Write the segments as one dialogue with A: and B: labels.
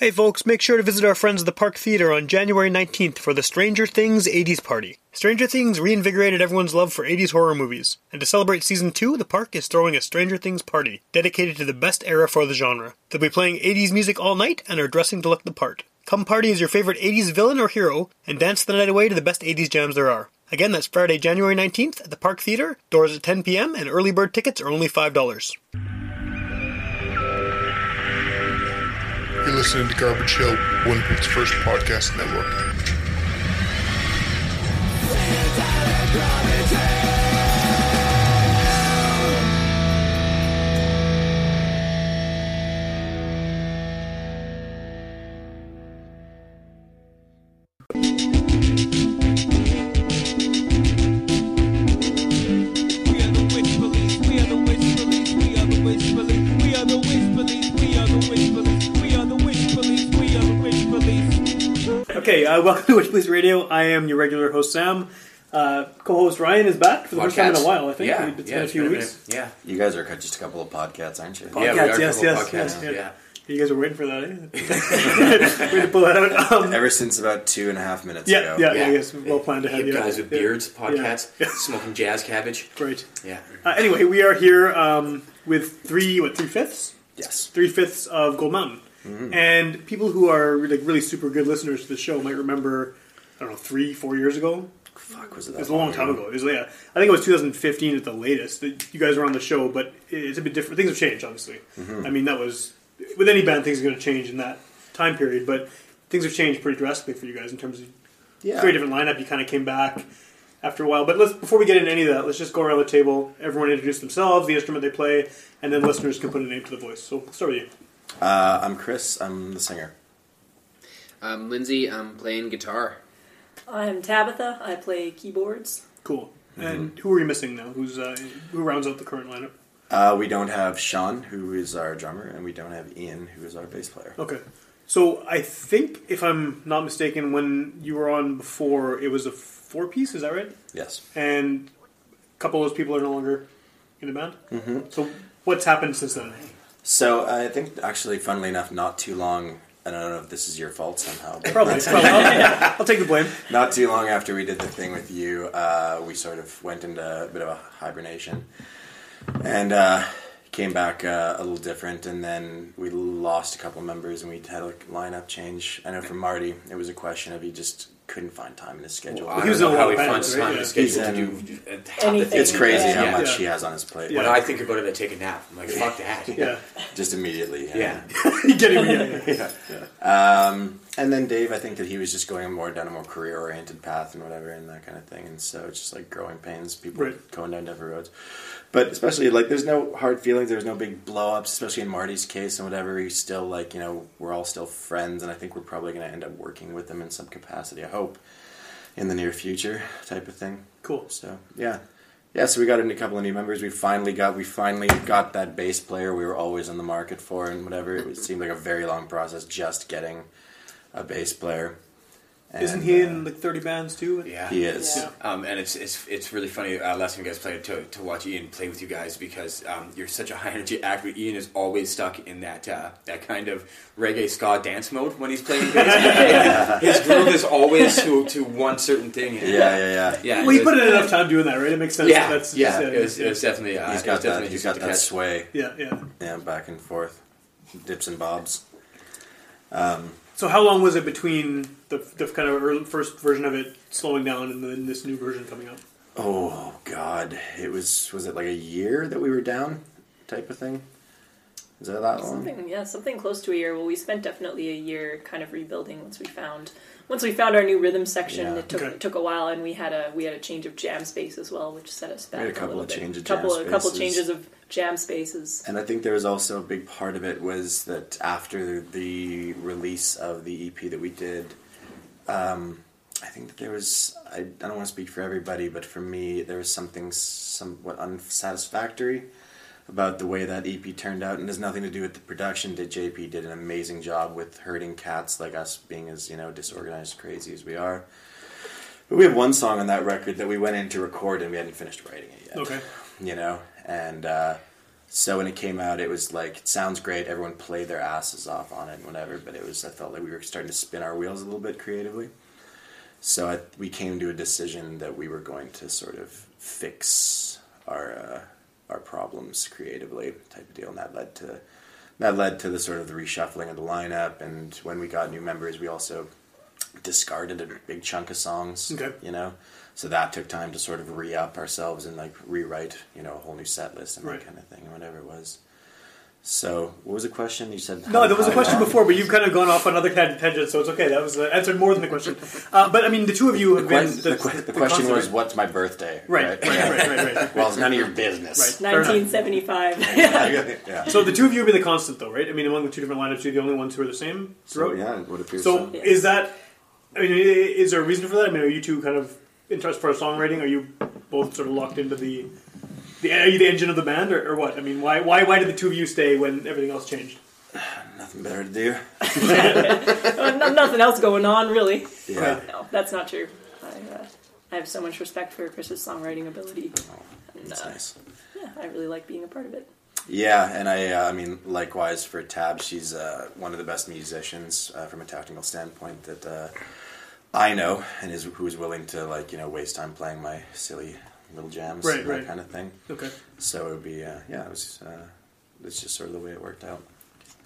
A: Hey folks, make sure to visit our friends at the Park Theater on January 19th for the Stranger Things 80s Party. Stranger Things reinvigorated everyone's love for 80s horror movies, and to celebrate season 2, the park is throwing a Stranger Things party dedicated to the best era for the genre. They'll be playing 80s music all night and are dressing to look the part. Come party as your favorite 80s villain or hero and dance the night away to the best 80s jams there are. Again, that's Friday, January 19th at the Park Theater. Doors at 10 p.m. and early bird tickets are only $5.
B: You're listening to Garbage Hill, Winnipeg's first podcast network.
C: We are the witch police. We are the witch police. We are the witch police. We are the witch police. We are the witch police. We are the witch police. We are the witch police.
A: Okay, uh, welcome to Witch Police Radio. I am your regular host, Sam. Uh, co-host Ryan is back for the first time in a
D: Podcasts.
A: while. I think
D: Yeah,
A: it's
D: yeah,
A: been a
D: it's
A: few
D: been
A: weeks.
D: Yeah,
E: You guys are just a couple of podcasts, aren't you?
D: yeah,
A: Podcasts,
D: we are a
A: yes,
D: couple
A: yes,
D: podcasts,
A: yes, yes.
D: yeah.
A: You guys are waiting for that. Eh? Way to pull that out. Um,
E: Ever since about two and a half minutes
A: yeah,
E: ago.
A: yeah,
D: Yeah.
A: I guess well planned ahead.
D: You
A: Yeah,
D: guys with
A: yeah,
D: beards, podcasts,
A: Yeah.
D: smoking jazz cabbage.
A: Great.
D: Yeah,
A: Uh, anyway, we are here um, with three what three fifths
E: Yes.
A: three fifths of Gold Mountain,
D: Mm.
A: and people who are like really super good listeners to the show might remember. I don't know, three, four years ago,
E: Fuck, was it that
A: It was a
D: Oh,
A: long time
E: ago?
A: ago. It was, yeah, I think it was 2015 at the latest. that You guys were on the show, but it's a bit different. Things have changed, obviously.
D: Mm-hmm.
A: I mean, that was with any band, things are going to change in that time period. But things have changed pretty drastically for you guys in terms of
E: Yeah.
A: very different lineup. You kind of came back after a while. But let's before we get into any of that, let's just go around the table. Everyone introduce themselves, the instrument they play, and then listeners can put a name to the voice. So we'll start with you.
E: Uh, I'm Chris. I'm the singer.
F: Um, Lindsay, I'm playing guitar.
G: I'm Tabitha. I play keyboards.
A: Cool. And who are you missing now? Who's uh, who rounds out the current lineup?
E: Uh, we don't have Sean, who is our drummer, and we don't have Ian, who is our bass player.
A: Okay. So I think, if I'm not mistaken, when you were on before, it was a four piece, is that right?
E: Yes.
A: And a couple of those people are no longer in the band. Mm-hmm. So what's happened since then?
E: So I think, actually, funnily enough, not too long. I don't know if this is your fault somehow. But
A: Probably. probably. I'll, I'll take the blame.
E: Not too long after we did the thing with you, uh, we sort of went into a bit of a hibernation and uh, came back uh, a little different. And then we lost a couple members and we had a lineup change. I know for Marty, it was a question of he just couldn't find time in his schedule.
D: I
A: He was
D: don't know
A: in a lot
D: how he
A: of
D: finds
A: bands, right?
D: time to
E: Yeah.
D: schedule to do uh, half the
G: Anything.
D: things
E: it's crazy
G: Yeah.
E: how
D: Yeah.
E: much
A: Yeah.
E: he has on his plate.
D: When
A: Yeah.
D: I think about it, I take a nap. I'm like, fuck that.
A: Yeah.
E: Just immediately.
D: Yeah.
A: Getting yeah, yeah.
E: Um, and then Dave, I think that he was just going more down a more career oriented path and whatever and that kind of thing. And so it's just like growing pains, people
A: Right.
E: going down different roads. But especially like there's no hard feelings, there's no big blow ups, especially in Marty's case and whatever. He's still like, you know, we're all still friends and I think we're probably gonna end up working with them in some capacity, I hope, in the near future type of thing.
A: Cool.
E: So yeah. Yeah, so we got a couple of new members. We finally got we finally got that bass player we were always in the market for and whatever. It was- seemed like a very long process just getting a bass player. And,
A: Isn't he
E: uh,
A: in like 30 bands too?
D: Yeah.
E: He is.
G: Yeah.
D: Um, and it's it's it's really funny. Uh, last time you guys played to to watch Ian play with you guys because um, you're such a high energy actor. Ian is always stuck in that uh, that kind of reggae ska dance mode when he's playing bass. His groove is always to to one certain thing.
E: Yeah, yeah, yeah.
D: yeah.
A: Well, you
D: it
A: put
D: was-
A: in enough time doing that, right? It makes sense.
D: Yeah,
A: That's,
D: yeah.
A: yeah,
D: It was, it was
A: yeah,
D: definitely. Uh,
E: He's
D: it was
E: got that
D: definitely
E: he's
D: just
E: got
D: a
E: that
D: catch.
E: sway
A: yeah, yeah.
E: yeah, back and forth. Dips and bobs.
A: So how long was it between the, the kind of early, first version of it slowing down and then this new version coming out?
E: Oh god. It was was it like a year that we were down type of thing? Is that that long?
G: Something, yeah, something close to a year. Well, we spent definitely a year kind of rebuilding once we found once we found our new rhythm section.
E: Yeah.
G: It took
A: Okay.
G: it took a while, and we had a we had a change of jam space as well, which set us back
E: had a
G: a,
E: couple
G: little
E: of
G: bit.
E: change of jam
G: couple a couple
E: spaces.
G: changes of jam spaces.
E: And I think there was also a big part of it was that after the release of the EP that we did, um, I think that there was I, I don't want to speak for everybody, but for me there was something somewhat unsatisfactory about the way that EP turned out, and has nothing to do with the production. Did JP did an amazing job with herding cats like us being as you know disorganized, crazy as we are. But we have one song on that record that we went in to record and we hadn't finished writing it yet
A: Okay.
E: you know, and uh, So when it came out, it was like it sounds great. Everyone played their asses off on it and whatever. But it was I felt like we were starting to spin our wheels a little bit creatively. So I, we came to a decision that we were going to sort of fix our uh, our problems creatively type of deal, and that led to that led to the sort of the reshuffling of the lineup. And when we got new members, we also discarded a big chunk of songs.
H: Okay.
E: You know, so that took time to sort of re up ourselves and like rewrite, you know, a whole new set list and
H: Right.
E: that kind of thing, or whatever it was. So, what was the question? You said
H: No,
E: how-
H: there was a
E: how-
H: question before, but you've kind of gone off on other kind of tangents, so it's okay. That was uh, answered more than the question. Uh, but I mean, the two of you
E: The,
H: have
E: que-
H: been.
E: the, que- the question
H: concert-
E: was, "What's my birthday?"
H: Right, right,
E: Yeah.
H: right, right, right.
E: well, it's none of your business.
G: 1975.
E: Right. yeah.
H: So the two of you have been the constant, though, right? I mean, among the two different lineups, you're the only ones who are the same
E: So,
H: throughout.
E: yeah, it would appear
H: So
E: so.
G: Yeah.
H: is that? I mean, i- is there a reason for that? I mean, are you two kind of in as far as songwriting? Are you both sort of locked into the? the are you the engine of the band, or, or what? I mean, why why why did the two of you stay when everything else changed?
E: Nothing better to do.
G: Uh, no- nothing else going on, really.
E: Yeah.
G: No, that's not true. I, uh, I have so much respect for Chris's songwriting ability. And,
E: That's
G: uh,
E: nice.
G: yeah, I really like being a part of it.
E: Yeah, and I, uh, I mean, likewise for Tab, she's uh, one of the best musicians uh, from a technical standpoint that uh, I know, and is who's willing to like you know waste time playing my silly little jams,
H: Right,
E: and
H: right.
E: that kind of thing.
H: Okay.
E: So it would be, uh, yeah, it was, uh, it's just sort of the way it worked out.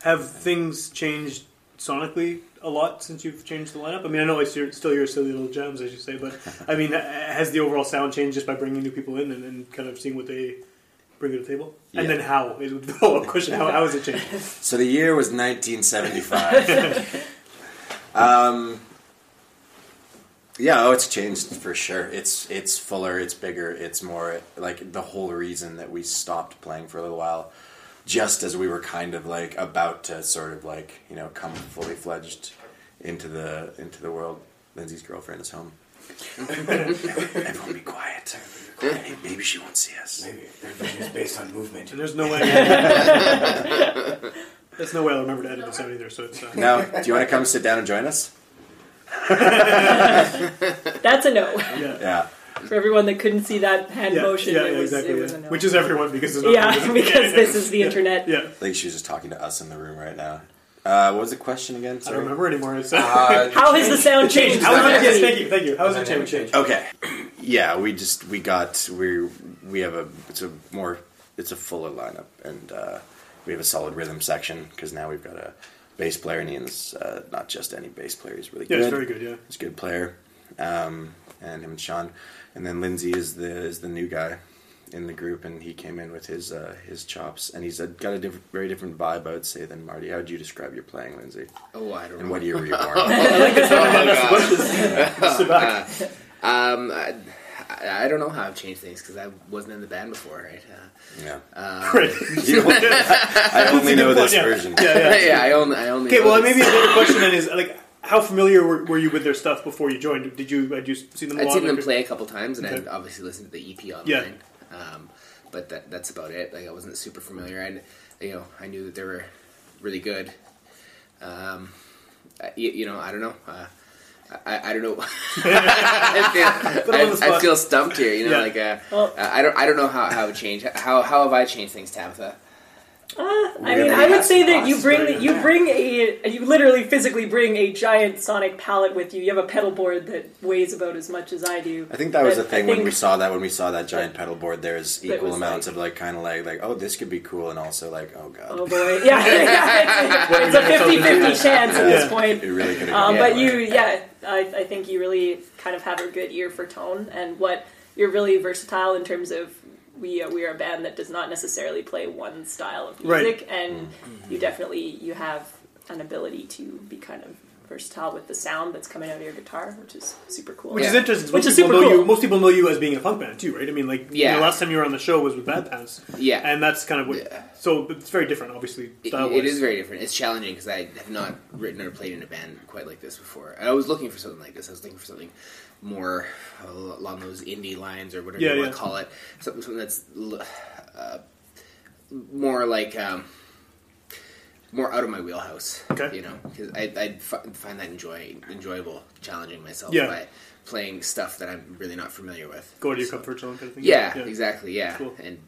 H: Have things changed sonically a lot since you've changed the lineup? I mean, I know it's your, still your silly little gems, as you say, but I mean, uh, has the overall sound changed just by bringing new people in and, and kind of seeing what they bring to the table? And
E: Yeah.
H: then how is the follow-up question? How, how has it changed?
E: So the year was 1975. um, yeah, oh, it's changed for sure. It's it's fuller, it's bigger, it's more like the whole reason that we stopped playing for a little while, just as we were kind of like about to sort of like you know come fully fledged into the into the world. Lindsay's girlfriend is home. everyone, everyone be quiet. Maybe she won't see us.
D: Maybe everything is based on movement.
H: And there's no way. There's no way I'll remember to edit this out either. So it's uh,
E: Now, do you want to come sit down and join us?
G: That's a no.
H: yeah.
E: Yeah.
G: For everyone that couldn't see that hand
H: Yeah,
G: motion,
H: yeah,
G: it,
H: yeah,
G: was,
H: exactly.
G: it
H: yeah.
G: was a no.
H: Which is everyone because there's no
G: yeah, because this is the internet.
H: yeah.
E: I think she was just talking to us in the room right now. Uh, what was the question again?
H: I
E: Sorry.
H: don't remember anymore. It's,
E: Uh,
G: How has the sound changed?
H: how is it? Yes,
G: sonically?
H: thank you, thank you. How is it
D: Dynamic
H: changed?
D: change.
E: okay. Yeah, we just we got we we have a it's a more it's a fuller lineup and uh, we have a solid rhythm section because now we've got a bass player and Ian's uh, not just any bass player. He's really
H: Yeah,
E: good.
H: it's very good. Yeah.
E: He's a good player. Um, and him and Sean, and then Lindsay is the is the new guy in the group, and he came in with his uh, his chops, and he's uh, got a diff- very different vibe, I would say, than Marty. How would you describe your playing, Lindsay?
F: Oh, I don't
E: And
F: know.
E: what year were you born?
H: Sit back.
F: Um, I, I I don't know how I've changed things because I wasn't in the band before, right? Uh,
E: yeah.
H: Right.
E: You- I only know this
H: yeah.
E: version.
H: Yeah, yeah.
F: yeah, I only, I only.
H: Okay,
F: know
H: well,
F: this.
H: maybe a better question then is like, how familiar were, were you with their stuff before you joined? Did you had you seen them? a
F: I'd
H: lot?
F: seen them
H: Like,
F: play a couple times, and I'd
H: Okay.
F: obviously listened to the EP
H: Yeah.
F: online. Um, but that, that's about it. Like I wasn't super familiar. I, you know, I knew that they were really good. Um, I, you, you know, I don't know. Uh, I, I don't know. I,
H: Put 'em on the
F: feel, I, I
H: spot.
F: feel stumped here. You know,
H: Yeah.
F: like uh,
G: Well-
F: I don't, I don't know how, how it would change. How, how have I changed things, Tabitha?
G: Uh, I mean, I would say that you bring that you bring a you literally physically bring a giant sonic palette with you. You have a pedal board that weighs about as much as I do.
E: I think that was
G: But
E: the thing
G: I
E: when
G: think-
E: we saw that when we saw that giant pedal board. There's
G: That
E: equal
G: was
E: amounts
G: like-
E: of like kind of like like oh this could be cool and also like oh god
G: Oh boy, yeah, yeah, it's, a 50-50 chance at
H: Yeah.
G: this point.
E: it really could have.
G: Um,
E: gone
G: but
E: that
G: you,
E: way.
G: yeah, I, I think you really kind of have a good ear for tone and what you're really versatile in terms of. We are, we are a band that does not necessarily play one style of
H: Right.
G: music, and you definitely you have an ability to be kind of versatile with the sound that's coming out of your guitar, which is super cool.
H: Which is
F: Yeah.
H: interesting. 'cause
G: Which
H: most
G: is
H: people
G: super
H: know
G: cool.
H: You, most people know you as being a punk band too, right? I mean, like you
F: Yeah.
H: know, last time you were on the show was with Bad Pants,
F: Yeah.
H: and that's kind of what. So it's very different, obviously.
F: It-
H: style-wise.
F: it is very different. It's challenging because I have not written or played in a band quite like this before. I was looking for something like this. I was looking for something more uh, along those indie lines or whatever
H: Yeah,
F: you want
H: yeah.
F: to call it. Something, something that's l- uh, more like um, more out of my wheelhouse.
H: Okay.
F: You know, because I, I fi- find that enjoy enjoyable, challenging myself
H: Yeah.
F: by playing stuff that I'm really not familiar with.
H: Go out of your comfort zone kind of thing.
F: Yeah, exactly. Yeah,
H: Cool.
F: and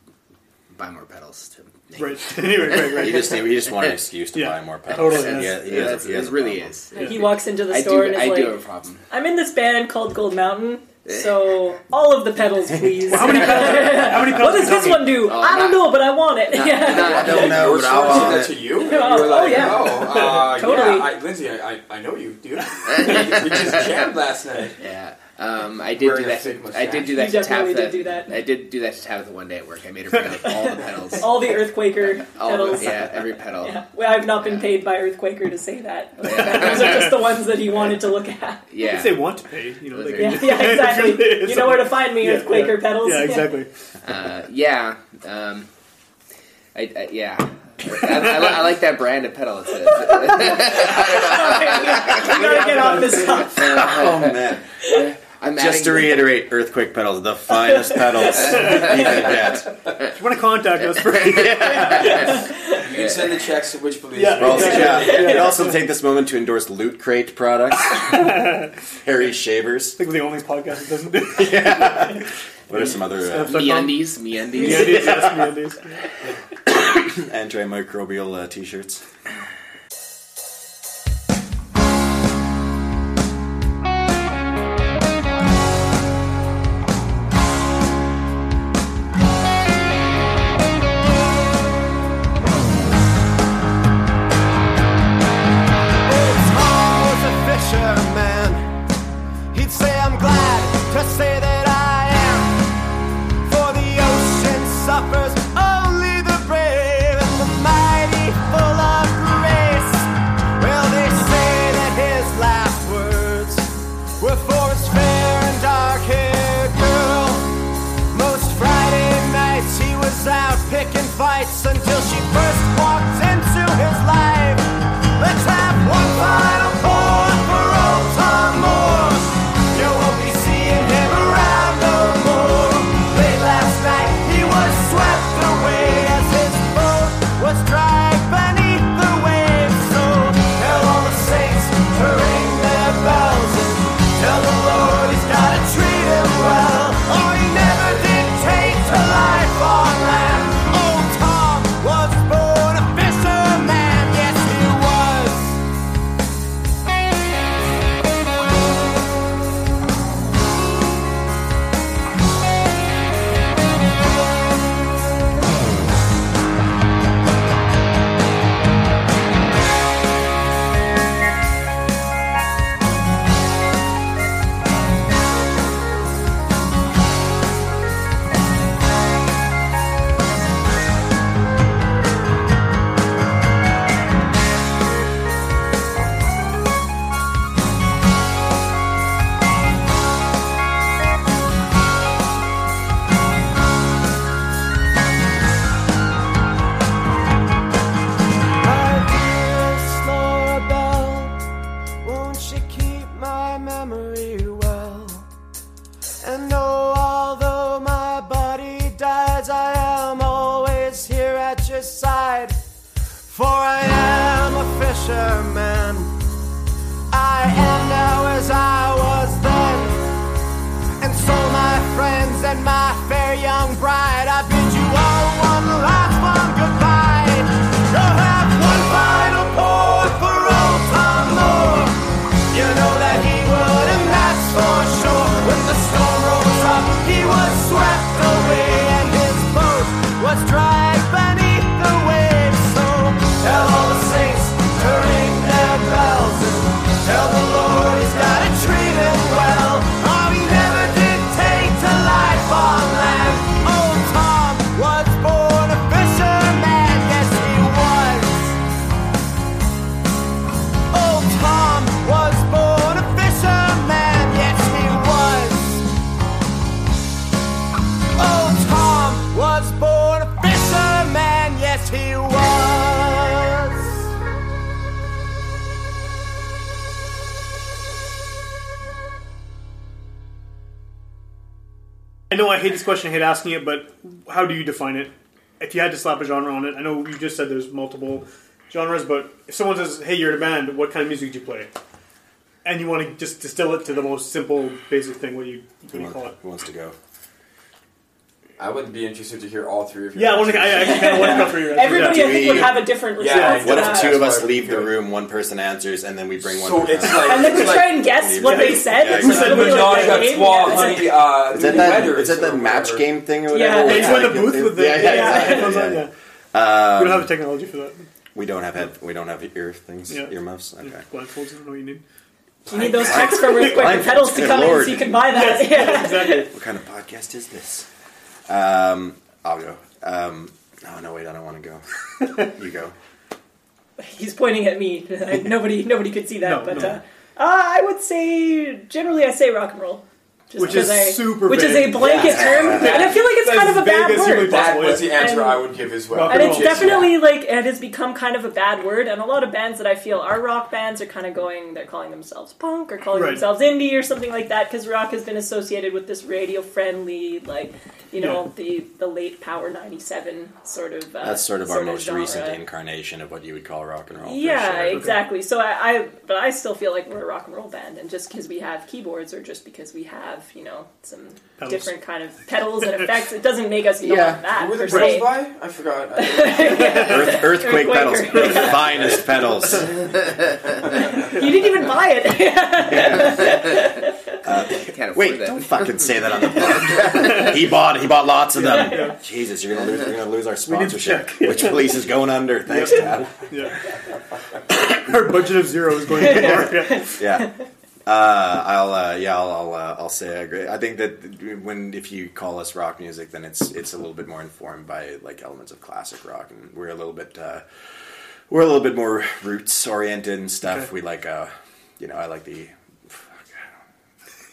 F: buy more pedals to
H: Right. anyway, right, right.
E: You just you just want an excuse to
H: Yeah.
E: buy more pedals.
H: Totally,
E: And
H: that's-
E: he- he
F: Yeah,
E: has a-
F: that's,
E: he has
F: it
E: a
F: really
E: problem.
F: is.
G: He walks into the
F: I
G: store
F: do,
G: and is
F: I
G: like,
F: do Eh. have a problem.
G: "I'm in this band called Gold Mountain, so all of the pedals, please."
H: How many pedals? How many pedals?
G: what does this one do?
F: Oh,
G: I
F: not-
G: don't know, but I want it. yeah.
F: not-
E: I don't know, but I'll
I: Sourcing
E: uh,
I: that to you?
G: Oh,
I: You're like,
G: yeah.
I: oh, uh,
G: Totally.
I: yeah, I, Lindsay, I, I, I know you, dude. we just jammed last night.
F: Yeah, um, I did
I: Wearing
F: do
I: a
F: that.
I: Sigma
F: I did
I: shack.
F: do that
G: You
F: to
G: definitely
F: Tabitha.
G: did do that.
F: I did do that to Tabitha one day at work. I made her bring up all the pedals.
G: All the Earthquaker
F: All of-
G: pedals.
F: yeah, every pedal.
G: Yeah. Well, I've not been
F: Yeah.
G: paid by Earthquaker to say that. Those are just the ones that he wanted to look at.
F: Yeah.
H: If they want to pay, you know, they
G: Yeah,
H: can.
G: yeah exactly. You know where to find me,
H: Yeah,
G: Earthquaker pedals.
H: Yeah, exactly.
F: Uh, yeah. Um, I, I, yeah. I, I, li- I like that brand of pedal. It's a, it's a-
G: we gotta get off this stuff.
E: Oh man!
F: Uh, I'm
E: Just to
F: adding-
E: reiterate, earthquake pedals, the finest pedals you can get.
H: If you want to contact us for
I: You can send the checks to which police.
H: Yeah.
E: We're also, yeah,
H: Exactly.
E: I'd also take this moment to endorse Loot Crate products, Harry Shavers.
H: I think we're the only podcast that doesn't do
E: What are some other uh,
F: MeUndies, MeUndies.
H: MeUndies, yes, MeUndies.
E: antimicrobial uh, t-shirts?
D: It's Mose, a fisherman. He'd say I'm glad to say that I am. For the ocean suffers only the brave and the mighty, full of grace. Well, they say that his last words were for his fair and dark-haired girl. Most Friday nights he was out picking fights until she first walked into his life. Let's have one final pour for old Tom Moore. You won't be seeing him around no more. Late last night he was swept away as his boat was dragged beneath the waves. So tell all the saints to ring their bells and tell the Lord he's gotta treat him well. Or he never did take to life on land. Old Tom was born a fisherman, yes he was. My dear Flora Bell, won't you keep my memory well? And oh, although my body dies, I am always here at your side. For I am a fisherman. I am now as I was then. And so, my friends and my fair young bride, I bid you all one last one goodbye. You'll have one final pour for old Tom Moore. You know that he would, and that's for sure. When the storm rose up, he was swept away, and his boat was dragged beneath the waves. So, tell all the saints to ring their bells and tell the Lord he's gotta treat him well. Oh, he never did take to life on land. Old Tom was born a fisherman, yes he was. Old Tom was born a fisherman, yes he was. Old Tom was born a fisherman, yes he was.
H: I know I hate this question, I hate asking it, but how do you define it? If you had to slap a genre on it, I know you just said there's multiple genres, but if someone says, hey, you're in a band, what kind of music do you play? And you want to just distill it to the most simple, basic thing, what do you, what do
E: Who
H: you call
E: wants,
H: it?
E: who wants to go?
D: I would be interested to hear all three of you.
H: Yeah, I want to. I, I kind of want to go through your answer.
G: Everybody, I think, would have a different
D: Yeah,
G: response.
E: What
G: to
E: if
G: that.
E: two of us
D: That's
E: leave the
D: why-
E: room, one person answers, and then we bring one
D: So
E: person
D: it's
E: out?
D: like
G: And then we
D: it's
G: try
D: like,
G: and guess
E: Yeah.
G: what they said.
E: Yeah,
G: It's not
H: exactly.
G: really like
D: Menage
G: that
D: a
G: game.
D: trois,
G: Yeah, it's
D: honey, uh,
E: Is that that, is that that match game thing or whatever?
G: Yeah.
E: where
G: It's
E: you
H: when the
E: like
H: booth
E: get
H: with the
E: Yeah, yeah,
G: yeah,
E: exactly,
H: headphones on,
E: yeah.
H: yeah. we don't have the technology for that.
E: We don't have head, we don't have ear things,
H: Yeah.
E: earmuffs. Okay.
H: Blindfolds, I don't know what you need.
G: You need those texts from Earthquake and Pedals to
E: Good
G: come in
E: lord.
G: so you can buy that. Yeah.
H: Exactly.
E: What kind of podcast is this? Um, I'll go. Um, oh no, wait, I don't want to go. you go.
G: He's pointing at me. nobody, nobody could see that.
H: No,
G: but
H: no.
G: Uh, uh, I would say generally, I say rock and roll, just
H: Which is
G: 'cause I,
H: super
G: Which is a
H: vague.
G: blanket term, and I feel like it's
H: That's
G: kind of a
H: vague
G: bad
H: as humanly
G: word.
D: That
H: possible.
D: was the answer
G: And-
D: I would give as well.
H: Rock
G: And it's
H: Just-
G: definitely like it has become kind of a bad word, and a lot of bands that I feel are rock bands are kind of going. They're calling themselves punk or calling
H: Right.
G: themselves indie or something like that because rock has been associated with this radio friendly, like you know, the the late power '97 sort of. Uh,
E: That's sort of our most
G: genre.
E: recent incarnation of what you would call rock and roll. for
G: Yeah,
E: sure.
G: exactly. So I, I, but I still feel like we're a rock and roll band, and just because we have keyboards or just because we have, you know, some
H: Pedals.
G: different kind of pedals and effects, it doesn't make us know
E: Yeah.
G: that.
D: Who were
G: per
D: the
G: se.
D: Brits by? I forgot. I-
E: Earth, earthquake pedals,
G: Earthquaker.
E: the finest pedals.
G: You didn't even buy it.
F: Can't afford
E: Wait,
F: that.
E: don't fucking say that on the podcast. he bought he bought lots of them. Jesus, you're gonna lose you're gonna lose our
H: need to
E: sponsorship. Which police is going under? Thanks, Dad.
H: Yeah. Our budget of zero is going to yeah.
E: Yeah. Uh, I'll uh, yeah I'll I'll, uh, I'll say I agree. I think that when if you call us rock music, then it's it's a little bit more informed by like elements of classic rock, and we're a little bit uh, we're a little bit more roots oriented and stuff.
H: Okay.
E: We like uh, you know I like the fuck, I don't-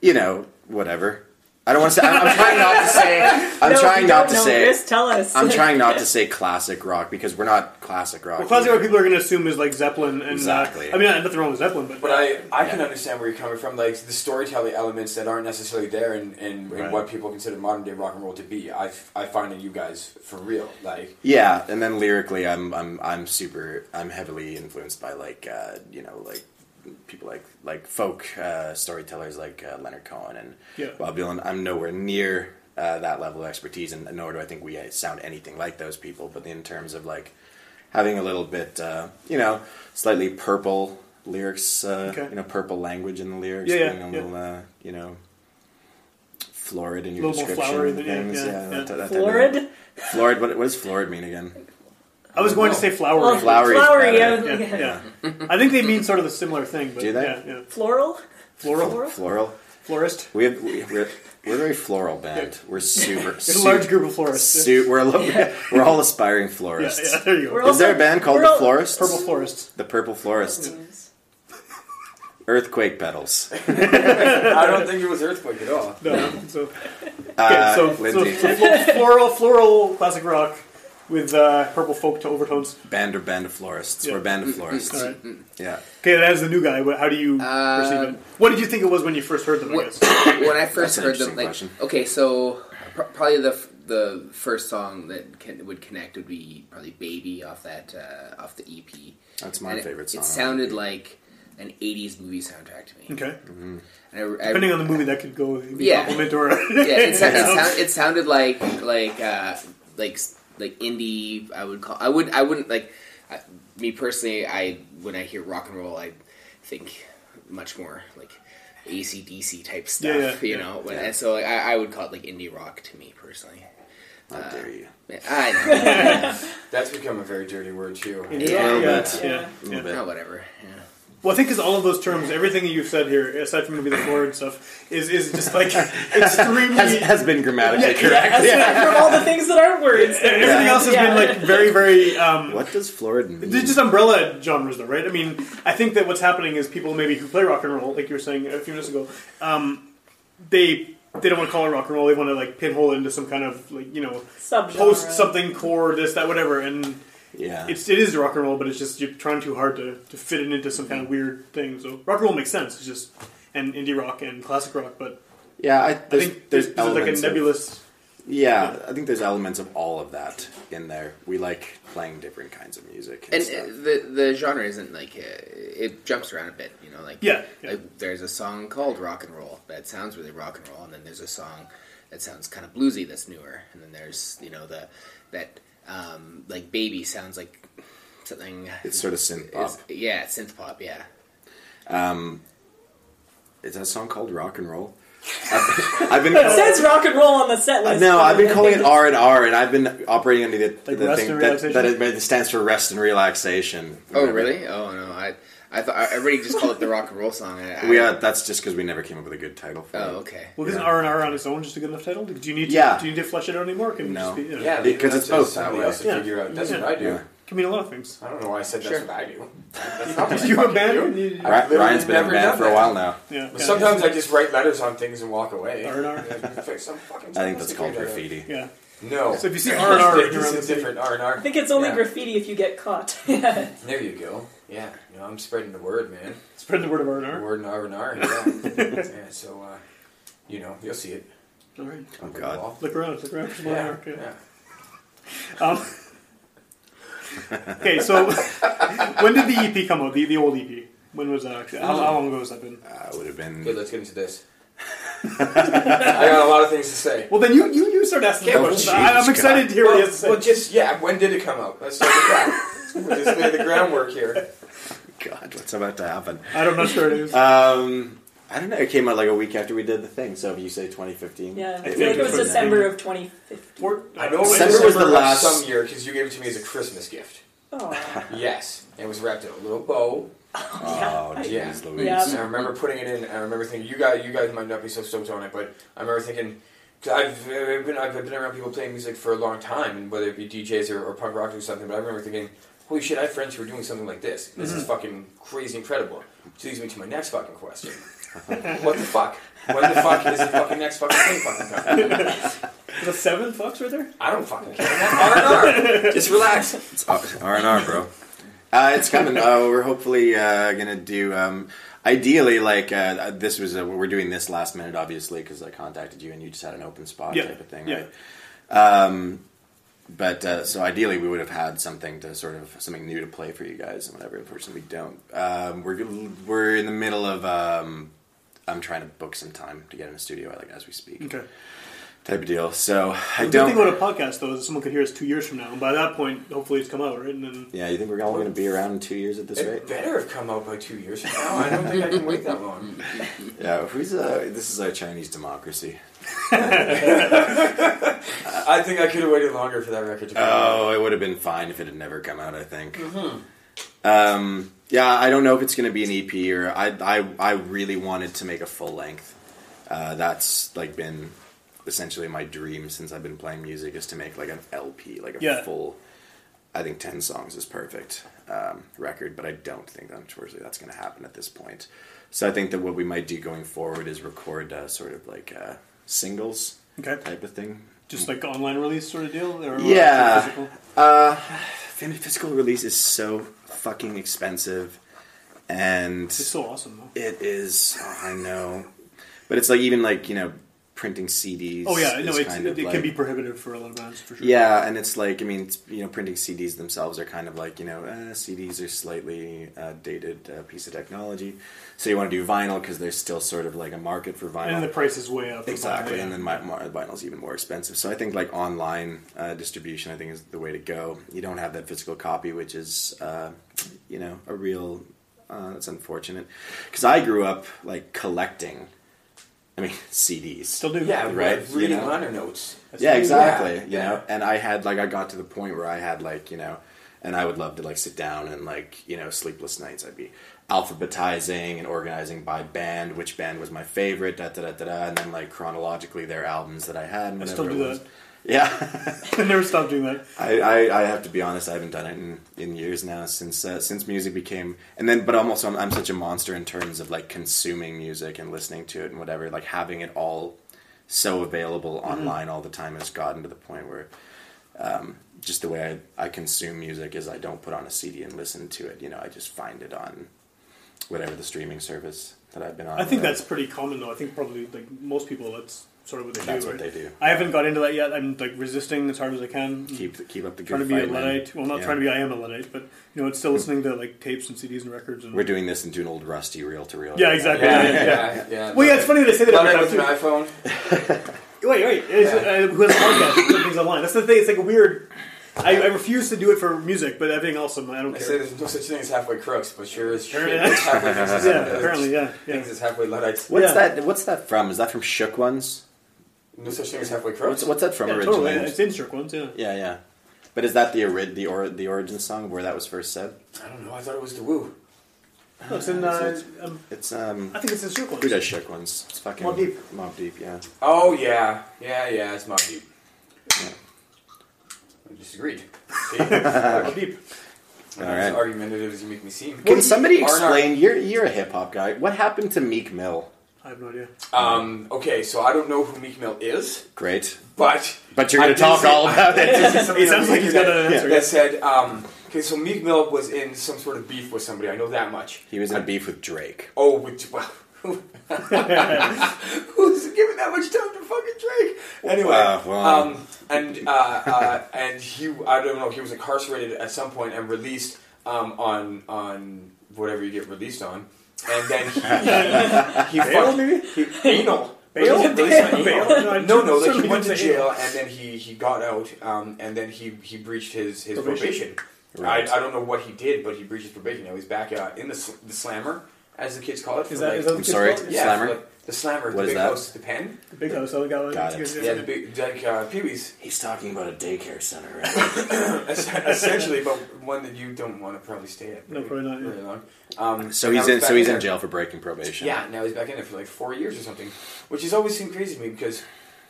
E: you know whatever. I don't want to say. I'm, I'm trying not to say. I'm
G: No,
E: trying
G: you
E: not
G: don't
E: to
G: know.
E: say.
G: Just tell us.
E: I'm trying not to say classic rock because we're not classic rock.
H: Classic
E: either.
H: what people are going to assume is like Zeppelin and.
E: Exactly.
H: Uh, I mean, nothing wrong with Zeppelin, but.
D: But I, I can
E: Yeah.
D: understand where you're coming from, like the storytelling elements that aren't necessarily there in, in, in
E: Right.
D: what people consider modern day rock and roll to be. I, f- I find in you guys for real. Like
E: Yeah, and then lyrically, I'm I'm I'm super I'm heavily influenced by like uh, you know like people like like folk uh, storytellers like uh, Leonard Cohen and
H: Yeah.
E: Bob Dylan. I'm nowhere near uh, that level of expertise, and nor do I think we uh, sound anything like those people. But in terms of like having a little bit uh, you know slightly purple lyrics, uh,
H: Okay.
E: you know purple language in the lyrics,
H: Yeah, yeah,
E: being a
H: yeah.
E: little uh, you know florid in your
H: Little more
E: description,
H: flowery
E: and
H: than- yeah,
E: things.
H: yeah,
E: that-
H: yeah.
E: that type of-
G: Florid.
E: Florid. What, what does florid mean again?
H: I was going to say flowery.
G: Well,
E: Flowery is
G: Flowery.
E: better.
G: Oh, yeah, yeah.
H: yeah. I think they mean sort of the similar thing, but
E: Do they?
H: yeah, yeah.
G: Floral.
H: Floral,
G: Floral?
E: Floral.
H: florist.
E: We have we, we're we're a very floral band. We're super.
H: There's a
E: super-
H: large group of florists. Yeah,
E: su- we're a little, we're all aspiring
H: yeah,
E: florists.
H: yeah, there you go.
G: We're
E: Is there a
G: Also,
E: band called
G: we're
E: the
G: all-
E: Florists?
H: Purple florists.
E: The Purple Florists. Earthquake pedals.
D: I don't think it was earthquake at all.
H: No, so,
E: Uh,
H: so- so-
E: Lindsay,
H: floral, floral classic rock with uh, purple folk to overtones.
E: band or band of florists.
H: Yeah.
E: We're a band of florists.
H: All right.
E: Yeah.
H: Okay, that is the new guy. What- How do you
E: Uh,
H: perceive it? What did you think it was when you first heard them? I
F: What-
H: guess.
F: when I first
E: That's an
F: heard them,
E: interesting
F: like
E: question.
F: okay, so pr- probably the f- the first song that can, would connect would be probably "Baby" off that uh, off the EP.
E: That's my
F: And it-
E: favorite song.
F: It sounded like an '80s movie soundtrack to me.
H: Okay,
F: And I- I-
H: depending on the movie, that could go be
F: Yeah.
H: compliment or
F: yeah, it, sa- it, sound, it sounded like like uh, like s- like indie. I would call. I would. I wouldn't like. I, me personally, I when I hear rock and roll, I think much more like ACDC type stuff.
H: Yeah, yeah,
F: you
H: yeah.
F: know, and so like, I, I would call it like indie rock to me personally.
E: How dare you?
F: Yeah, I know.
D: That's become a very dirty word too.
F: Yeah.
E: A little
H: yeah,
E: bit.
H: yeah,
E: A little
H: yeah.
F: Oh,
E: bit.
F: whatever. Yeah.
H: Well, I think because all of those terms, everything that you've said here, aside from maybe the floor and stuff, is is just like extremely.
E: Has, has been grammatically correct.
G: From all the things that aren't words.
H: Everything else has
G: Yeah.
H: been like very, very um,
E: What does florid mean?
H: They're just umbrella genres, though, right? I mean, I think that what's happening is people maybe who play rock and roll, like you were saying a few minutes ago, um, they they don't want to call it rock and roll. They want to like pinhole it into some kind of like you know
G: Subgenre.
H: post something core this that whatever. And
E: yeah.
H: it's it is rock and roll, but it's just you're trying too hard to, to fit it into some kind
E: Mm-hmm.
H: of weird thing. So rock and roll makes sense. It's just and indie rock and classic rock, but
E: yeah. I,
H: I
E: there's,
H: think there's,
E: there's
H: there's like a
E: elements of-
H: nebulous.
E: Yeah, I think there's elements of all of that in there. We like playing different kinds of music. And,
F: And uh,
E: stuff.
F: the the genre isn't like uh, it jumps around a bit, you know. Like
H: Yeah, yeah.
F: like there's a song called rock and roll that sounds really rock and roll, and then there's a song that sounds kind of bluesy that's newer. And then there's you know the that um, like baby sounds like something.
E: It's sort of synth pop.
F: it's- yeah, it's synth pop. Yeah,
E: Is that song called Rock and Roll? I've I've been calling,
G: says rock and roll on the set list.
E: no, I've been
G: I
E: calling it
G: think
E: R and R, and I've been operating under the,
H: Like
E: the
H: rest
E: thing
H: and
E: that,
H: relaxation?
E: that it stands for rest and relaxation.
F: Oh really? Oh no, I I thought I already just called it the rock and roll song. I, I,
E: We uh, that's just because we never came up with a good title. For
F: Oh
E: it.
F: okay.
H: Well, isn't R and R on its own just a good enough title? Do you need to,
E: Yeah.
H: do you need to flesh it out anymore? Can it
E: No.
H: just be, you know,
D: Yeah,
E: Because
D: that's
E: it's both
D: just
E: that
D: somebody
E: way.
D: else to
H: Yeah.
D: figure out. That's
H: Yeah.
D: what I do.
E: Yeah.
H: Can mean a lot of things.
D: I don't know why I said that's
F: Sure.
D: what I do. That's not what I
H: You
D: fucking
H: a
D: do.
H: band? You-
E: Ri- Ryan's been in
D: never
E: a band
D: done
E: for a
D: that.
E: while now.
H: Yeah.
D: But
H: yeah.
D: sometimes I just write letters on things and walk away.
H: R&R.
D: Some fucking
E: I think that's called graffiti.
H: Yeah.
D: No.
H: So if you see R&R written
D: this
H: around the
D: is
H: city-
D: different R&R.
G: I think it's only
D: Yeah.
G: graffiti if you get caught. yeah.
D: There you go. Yeah, you know, I'm spreading the word, man.
H: Spread the word of R and R.
D: Word and R and R. Yeah. yeah. So, uh, you know, you'll see it.
H: All right.
E: Oh
D: Good
E: God.
D: wall.
H: Look around. Look around for some
D: Yeah,
H: R&R.
D: yeah.
H: Um, okay, so when did the EP come out? The, the old EP. When was that actually? How, how long ago has that been?
E: That would have
D: Okay,
E: Uh, been.
D: let's get into this. I got a lot of things to say.
H: Well, then you you, you start asking
D: Yeah, well,
H: questions. I, I'm
E: Jesus
H: excited to hear what he has to say.
D: well, just yeah. When did it come out? Let's start with that. We'll just lay the groundwork here.
E: God, what's about to happen?
H: I don't know sure it is.
E: Um, I don't know. It came out like a week after we did the thing. So if you say 2015,
G: I feel like it was December of 2015.
H: Or-
D: I know it
E: December was the
D: of
E: last-
D: some year because you gave it to me as a Christmas gift.
G: Oh,
D: Yes, it was wrapped in a little bow.
E: Oh, jeez,
D: Yeah.
E: Louise.
G: Yeah.
D: And I remember
E: Mm-hmm.
D: putting it in. and I remember thinking, you guys, you guys might not be so stoked on it, but I remember thinking, 'cause I've, uh, been, I've been around people playing music for a long time, and whether it be DJs or, or punk rock or something. But I remember thinking, holy shit, I have friends who are doing something like this. This
E: Mm-hmm.
D: is fucking crazy, incredible. Which leads me to my next fucking question: What the fuck? When the fuck is the fucking next fucking thing fucking coming?
H: Was it seven bucks right there?
D: I don't fucking care. That's R&R. Just relax.
E: R and R, bro. Uh, it's coming. Uh, we're hopefully uh, gonna do. Um, ideally, like uh, this was a, we're doing this last minute, obviously, because I contacted you and you just had an open spot
H: Yeah.
E: type of thing,
H: Yeah.
E: right? Um, but uh, so ideally, we would have had something to sort of something new to play for you guys and whatever. Unfortunately, we don't. Um, we're we're in the middle of. Um, I'm trying to book some time to get in the studio, like as we speak,
H: Okay.
E: type of deal. So I
H: The good
E: don't.
H: thing about a podcast, though, is that someone could hear us two years from now. And by that point, hopefully it's come out, right? And then
E: yeah, you think we're all going to be around in two years at this rate?
D: It better have come out by two years from now. I don't think I can wait that long.
E: Yeah, who's uh, this is our Chinese democracy.
D: I think I could have waited longer for that record to come out.
E: Oh, it would have been fine if it had never come out. I think. Um, yeah, I don't know if it's going to be an EP or I, I, I really wanted to make a full length. Uh, that's like been essentially my dream since I've been playing music is to make like an LP, like a
H: Yeah.
E: full. I think ten songs is perfect um, record, but I don't think unfortunately that's going to happen at this point. So I think that what we might do going forward is record uh, sort of like uh, singles
H: okay,
E: type of thing.
H: just like online release sort of deal. Or uh,
E: Yeah.
H: physical?
E: Family physical release is so fucking expensive, and
H: It's so awesome, though.
E: it is. oh, I know, but it's like even like you know printing CDs.
H: Oh yeah, no,
E: is
H: it's,
E: kind
H: it,
E: of
H: it
E: like-
H: can be prohibitive for a lot of bands for sure.
E: Yeah, and it's like I mean, it's, you know, printing CDs themselves are kind of like you know, uh, CDs are slightly uh, dated uh, piece of technology, so you want to do vinyl because there's still sort of like a market for vinyl.
H: and the price is way up.
E: Exactly, and then my, my vinyl's even more expensive. So I think like online uh, distribution, I think is the way to go. You don't have that physical copy, which is uh, you know a real. Uh, that's unfortunate because I grew up like collecting. I mean CDs.
H: still do.
D: Yeah,
E: Right,
D: right.
E: you
D: Reading
E: know.
D: liner notes.
E: yeah, exactly.
D: Yeah,
E: you
D: yeah.
E: know, and I had like I got to the point where I had like you know, and I would love to like sit down and like you know sleepless nights. I'd be alphabetizing and organizing by band, which band was my favorite, da da da da, da and then like chronologically their albums that I had. And
H: I
E: whatever
H: still
E: it
H: do
E: was.
H: that.
E: Yeah,
H: I never stopped doing that.
E: I, I, I have to be honest. I haven't done it in, in years now since uh, since music became and then but almost I'm, I'm such a monster in terms of like consuming music and listening to it and whatever. Like having it all so available
H: Mm-hmm.
E: online all the time has gotten to the point where um, just the way I, I consume music is I don't put on a CD and listen to it. You know, I just find it on whatever the streaming service that I've been on.
H: I think
E: or-
H: that's pretty common, though. I think probably like most people, that's sort of what they
E: That's
H: do.
E: what
H: right?
E: they do.
H: I haven't got into that yet. I'm like resisting as hard as I can.
E: keep keep up the good
H: trying to be a
E: fight, man.
H: luddite. Well, not
E: Yeah.
H: trying to be. I am a luddite, but you know, it's still listening to like tapes and CDs and records. And
E: We're doing this into an old rusty reel to reel.
H: yeah, exactly.
D: Yeah,
H: yeah, yeah.
D: yeah, yeah.
H: Well, yeah, it's funny they say that.
D: Love
H: every
D: it
H: time,
D: with an
H: too.
D: iPhone.
H: Wait, wait. It's, uh, who has a podcast? Put things online. That's the thing. It's like a weird. I, I refuse to do it for music, but everything else, I'm, I don't
D: I say
H: care.
D: there's no such thing as halfway crooks, but sure as shit,
H: Apparently.
D: there's halfway fixes.
H: Yeah, apparently, yeah, yeah.
D: Things is halfway Luddites.
E: What's
H: Yeah.
E: that? What's that from? Is that from Shook Ones?
D: No such thing as halfway crooks.
E: What's, what's that from
H: Yeah,
E: originally?
H: totally. It's in Cirque ones, yeah.
E: Yeah, yeah. But is that the ori- the or- the origin song of where that was first said?
D: I don't know. I thought it was the woo.
H: No, it's in, uh, um,
E: It's um.
H: I think it's in Cirque ones.
E: Who does Shook Ones? It's fucking
H: Mobb Deep.
E: Mobb Deep, yeah.
D: Oh yeah, yeah, yeah. It's Mob Deep. I disagreed. See,
H: Oh, deep.
E: All
D: I'm as
E: right.
D: argumentative as you make me seem.
E: Can somebody
D: Arnar-
E: explain? You're you're a hip hop guy. What happened to Meek Mill?
H: I have no idea.
D: Um, okay, so I don't know who Meek Mill is,
E: Great,
D: but
E: but you're
D: I
E: gonna
D: did
E: talk
D: see-
E: all about it.
D: It
H: sounds like he's got an answer, yeah.
D: That said, um, okay, so Meek Mill was in some sort of beef with somebody. I know that much.
E: He was in a beef with Drake.
D: Oh, which well, who- who's giving that much time to fucking Drake? Anyway,
E: Uh, well.
D: um, and uh, uh, and he, I don't know, he was incarcerated at some point and released um, on on whatever you get released on, and then he he, he fucked he, anal.
H: Bail?
D: Released on
H: Bail?
D: anal. No, no, like he
H: Certainly
D: went to
H: didn't say
D: jail and then he, he got out um, and then he, he breached his, his
H: Probation.
D: probation.
E: Right.
D: I, I don't know what he did, but he breached his probation. Now he's back uh, in the, sl- the slammer, as the kids call it. for
H: Is that,
D: like-
H: is that
E: I'm
H: the
E: sorry.
H: Cirque ones?
D: yeah,
E: Slammer?
D: for like the slammer,
E: What
D: the
E: is
D: big
E: that?
D: house, the pen.
H: The big house. I got
E: Got it.
D: Yeah, the big like uh, Pee Wee's,
E: He's talking about a daycare center. Right?
D: essentially, but one that you don't want to probably stay at.
H: No,
D: very-
H: probably not, yeah.
D: Very long. Um,
E: so
D: now
E: he's in
D: back
E: so he's in
D: there.
E: jail for breaking probation.
D: Yeah, now he's back in there for like four years or something, which has always seemed crazy to me because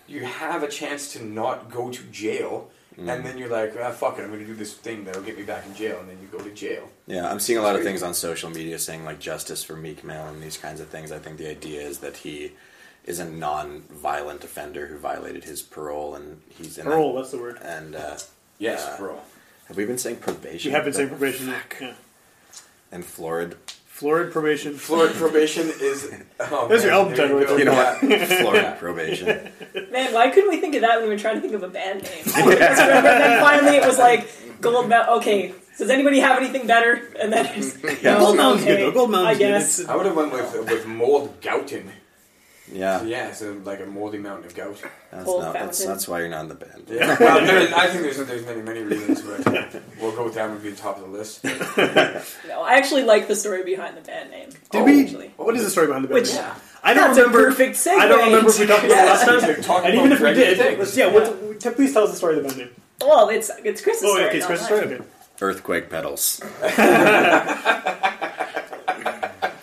D: you have a chance to not go to jail,
E: Mm.
D: and then you're like, ah, fuck it, I'm going to do this thing that'll get me back in jail, and then you go to jail.
E: Yeah, I'm seeing a lot of things on social media saying like justice for Meek Mill and these kinds of things. I think the idea is that he is a non-violent offender who violated his parole, and he's in that-
H: Parole, that's the word.
E: And uh,
D: Yes,
E: Uh,
D: bro.
E: have we been saying probation?
H: You have been saying
E: But-
H: probation. Yeah.
E: and florid.
H: Florid probation.
D: Florida probation is. Oh,
H: There's your
D: man,
H: album
D: there
H: title right
D: go.
H: there.
E: You know
D: Yeah.
E: what? florid probation.
G: Man, why couldn't we think of that when we were trying to think of a band name? and then finally it was like Gold Mountain. Okay, does anybody have anything better? And then it's,
E: Yeah.
H: Gold Mountain's
G: okay,
H: good though. Gold Mountain's
G: I guess.
H: good.
D: I would have went with with mold goutin.
E: Yeah,
D: Yeah, so like a moldy mountain of gout.
E: that's
G: Cold
E: not. That's,
G: fountain.
E: that's why you're not in the band.
D: Yeah, well, there, I think there's there's many many reasons, but we'll go with that one being top of the list.
G: No, I actually like the story behind the band name.
H: Did we?
G: Actually.
H: What is the story behind the
G: Which-
H: band?
D: Yeah.
H: I don't
G: That's
H: remember.
G: a perfect segue.
H: I don't remember if we talked about it last time.
D: They're talking
H: And even
D: about
H: if we
D: Greg
H: did,
D: things.
H: let's, yeah, What, t- please tell us the story of the band name.
G: Well, it's it's Chris's
H: Oh,
G: story.
H: okay, it's
G: not
H: Chris's
G: mine.
H: story. Okay.
E: Earthquake pedals.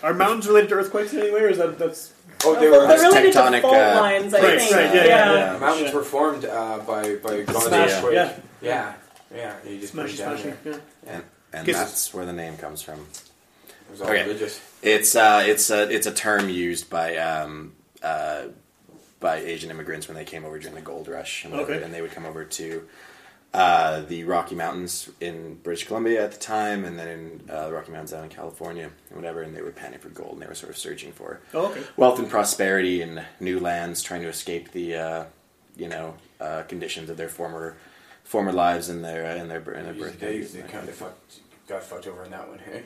H: Are mountains related to earthquakes in any way, or is that that's
D: Oh, they
G: Well, they're
D: were.
G: related
E: tectonic,
G: to fault
E: uh,
G: lines, I
H: right,
G: think.
H: right, yeah,
G: yeah,
H: yeah,
D: The mountains were formed uh, by by God's
E: Smash,
D: earthquake.
H: yeah.
D: Yeah, yeah, yeah. You just put
H: smashy,
D: it down
H: smashy?
D: there.
H: Yeah.
E: And, and
H: Kisses.
E: that's where the name comes from.
D: It was all
E: Okay.
D: religious.
E: It's uh, it's a it's a term used by um, uh, by Asian immigrants when they came over during the gold rush, and, whatever,
H: Okay.
E: and they would come over to uh, the Rocky Mountains in British Columbia at the time, and then in uh, the Rocky Mountains out in California and whatever, and they would panic for gold, and they were sort of searching for
H: Oh, okay.
E: wealth and prosperity and new lands, trying to escape the uh, you know uh, conditions of their former former lives and their uh, and their and their
D: These
E: birth
D: days they kind of fucked, got fucked over on that one. Hey,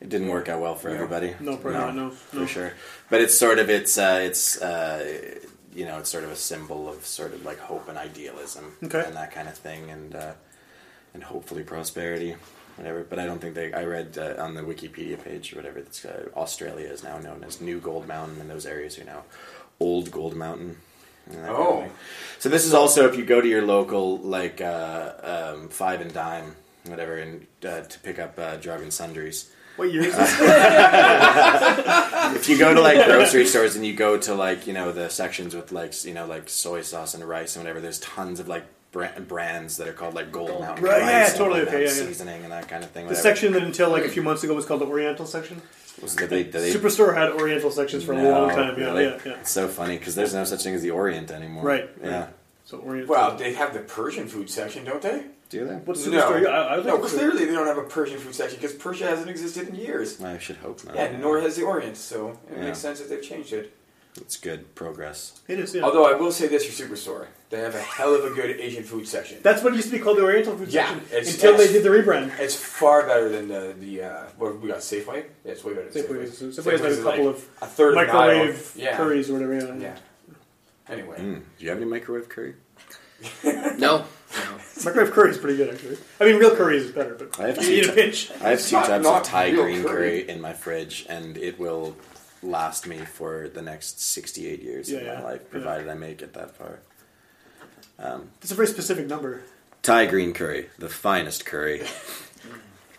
E: it didn't work out well for
D: No.
E: everybody.
H: No, probably not, no,
E: for
H: no.
E: sure. But it's sort of it's uh, it's uh, you know it's sort of a symbol of sort of like hope and idealism
H: Okay.
E: and that kind of thing, and uh, and hopefully prosperity, whatever. But I don't think they. I read uh, on the Wikipedia page or whatever. That's, uh, Australia is now known as New Gold Mountain, and those areas are now Old Gold Mountain. and that kind of
D: Oh.
E: thing. so this is also if you go to your local like uh, um, Five and Dime, whatever, and uh, to pick up uh, drug and sundries
H: What year is this?
E: if you go to like grocery stores and you go to like you know the sections with like you know like soy sauce and rice and whatever, there's tons of like bra- brands that are called like Gold Mountain
H: Right,
E: rice,
H: yeah,
E: and
H: totally,
E: Gold
H: okay,
E: Mountain
H: yeah, yeah.
E: seasoning and that kind of thing.
H: the
E: whatever.
H: section that until like a few months ago was called the Oriental section.
E: was that they, that they-
H: Superstore had Oriental sections for a long
E: No,
H: time. Yeah,
E: really?
H: yeah, yeah.
E: It's so funny because there's no such thing as the Orient anymore.
H: Right,
E: Yeah.
H: right. So Oriental.
D: well, they have the Persian food section, don't they?
E: Do they?
H: What's the
D: No,
H: story? I, I would
D: no.
H: like to-
D: Clearly, they don't have a Persian food section because Persia hasn't existed in years.
E: I should hope not.
D: Yeah, nor has the Orient, so it
E: Yeah.
D: makes sense that they've changed it.
E: It's good progress.
H: It is. Yeah.
D: Although I will say this for Superstore, they have a hell of a good Asian food section.
H: that's what used to be called the Oriental food
D: Yeah,
H: section
D: it's-
H: until they
D: it's-
H: did the rebrand.
D: It's far better than the the uh, what we got Safeway. Yeah, it's way better. Than
H: Safeway
D: Safeway.
H: is- Safeway's got a
D: is
H: couple
D: like
H: of
D: a third of an aisle.
H: Microwave
D: yeah.
H: curries or whatever. Yeah.
D: Yeah. Anyway,
E: Do you have any microwave curry?
F: No,
H: Microwave curry is pretty good, actually. I mean, real curry is better, but
E: I have
H: you eat
E: two.
H: a pinch.
E: I have two
D: Not-
E: types
D: not
E: of Thai
D: real
E: green
D: curry.
E: curry in my fridge, and it will last me for the next sixty-eight years of
H: Yeah, yeah.
E: my life, provided I make it that far.
H: It's a very specific number.
E: Thai green curry, the finest curry.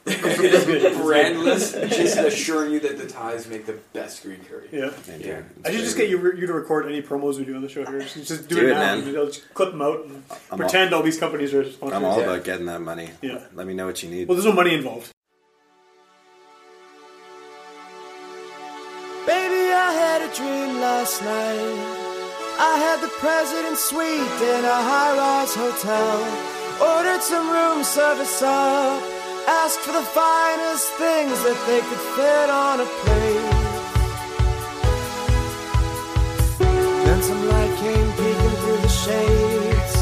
D: it is brandless, just assuring you that the Thais make the best green curry.
H: Yeah.
E: And,
D: Yeah.
E: it's
H: I should just
E: very
H: get you, you to record any promos we do on the show here. Just, just do,
E: Do
H: it
E: it,
H: now.
E: man.
H: I'll just clip them out and
E: all-
H: pretend all these companies are sponsors.
E: good. I'm all
D: Yeah.
E: about getting that money.
H: Yeah.
E: Let me know what you need.
H: well, there's no money involved.
J: Baby, I had a dream last night. I had the president's suite in a high rise hotel. Ordered some room service up. Asked for the finest things that they could fit on a plate. Then some light came peeking through the shades.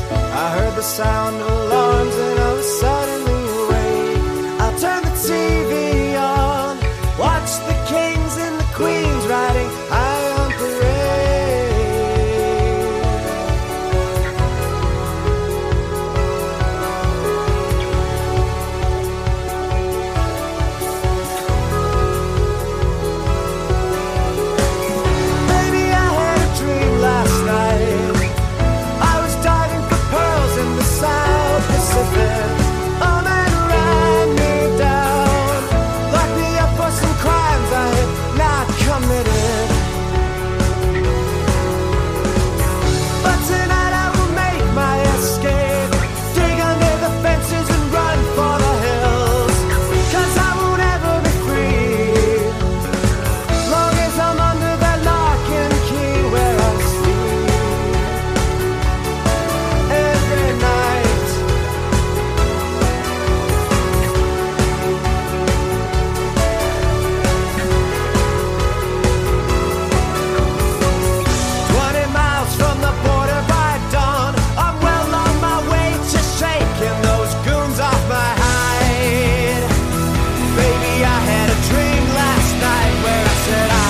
J: I heard the sound of alarms and I was suddenly awake. I turned the TV on, watched the kings and the queens riding high on parade. Baby, I had a dream last night. I was diving for pearls in the South Pacific. A man ran me down, locked me up for some crimes I had not committed. But tonight I will make my escape. Dig under the fences and run for the hills. 'Cause I won't ever be free. Long as I'm under that lock and key where I sleep every night. Twenty miles from the border by dawn, I'm well on my way to shaking those goons off my hide. Baby, I had a dream last night where I said I,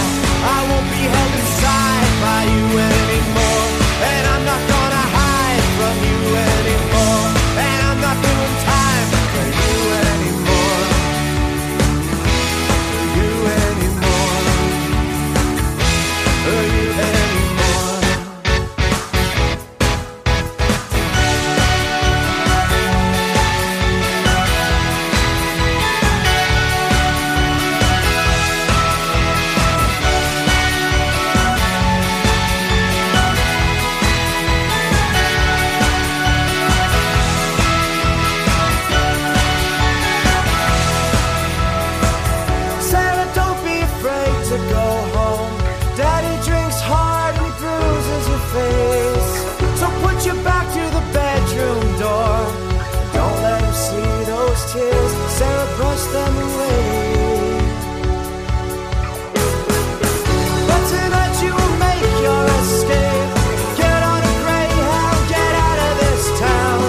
J: I won't be held inside by you anymore. And I'm not gonna hide from you anymore. And I'm not doing time for you anymore. For you anymore. For you anymore. Sarah, don't be afraid to go home. Daddy drinks hard and he bruises your face. So put your back to the bedroom door. Don't let him see those tears. Sarah, brush them away. But tonight you will make your escape. Get on a greyhound, get out of this town.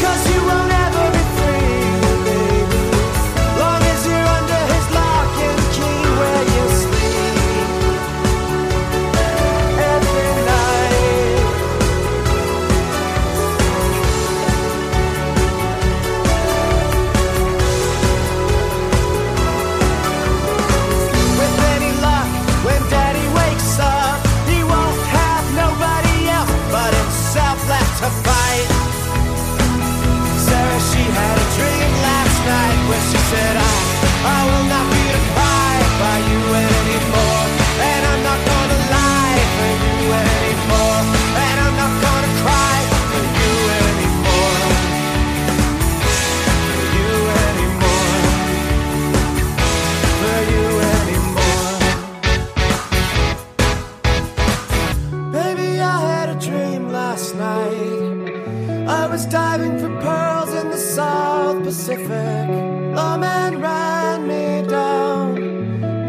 J: 'Cause you won't ever be free, baby. Long as you're under his lock and key where you sleep every night. With any luck, when Daddy wakes up, he won't have nobody else but himself left to fight. Sarah, she had a dream last night where she said, I, I will not be defied by you anymore. And I'm not gonna lie for you anymore. And I'm not gonna cry for you anymore. For you anymore for you anymore. Baby, I had a dream last night. I was diving for pearls in the South Pacific. A man ran me down,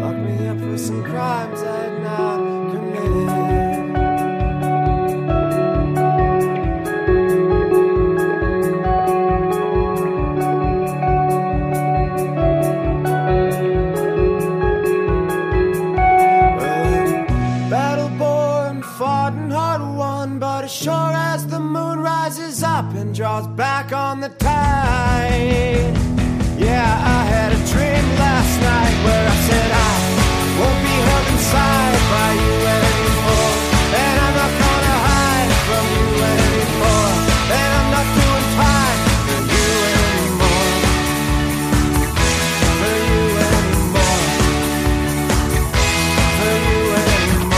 J: locked me up for some crimes I had not committed. Battle born, fought and hard won. draws back on the tide. Yeah, I had a dream last night where I said I won't be held inside by you anymore. And I'm not gonna hide from you anymore. And I'm not doing fine for you anymore. For you anymore. For you anymore.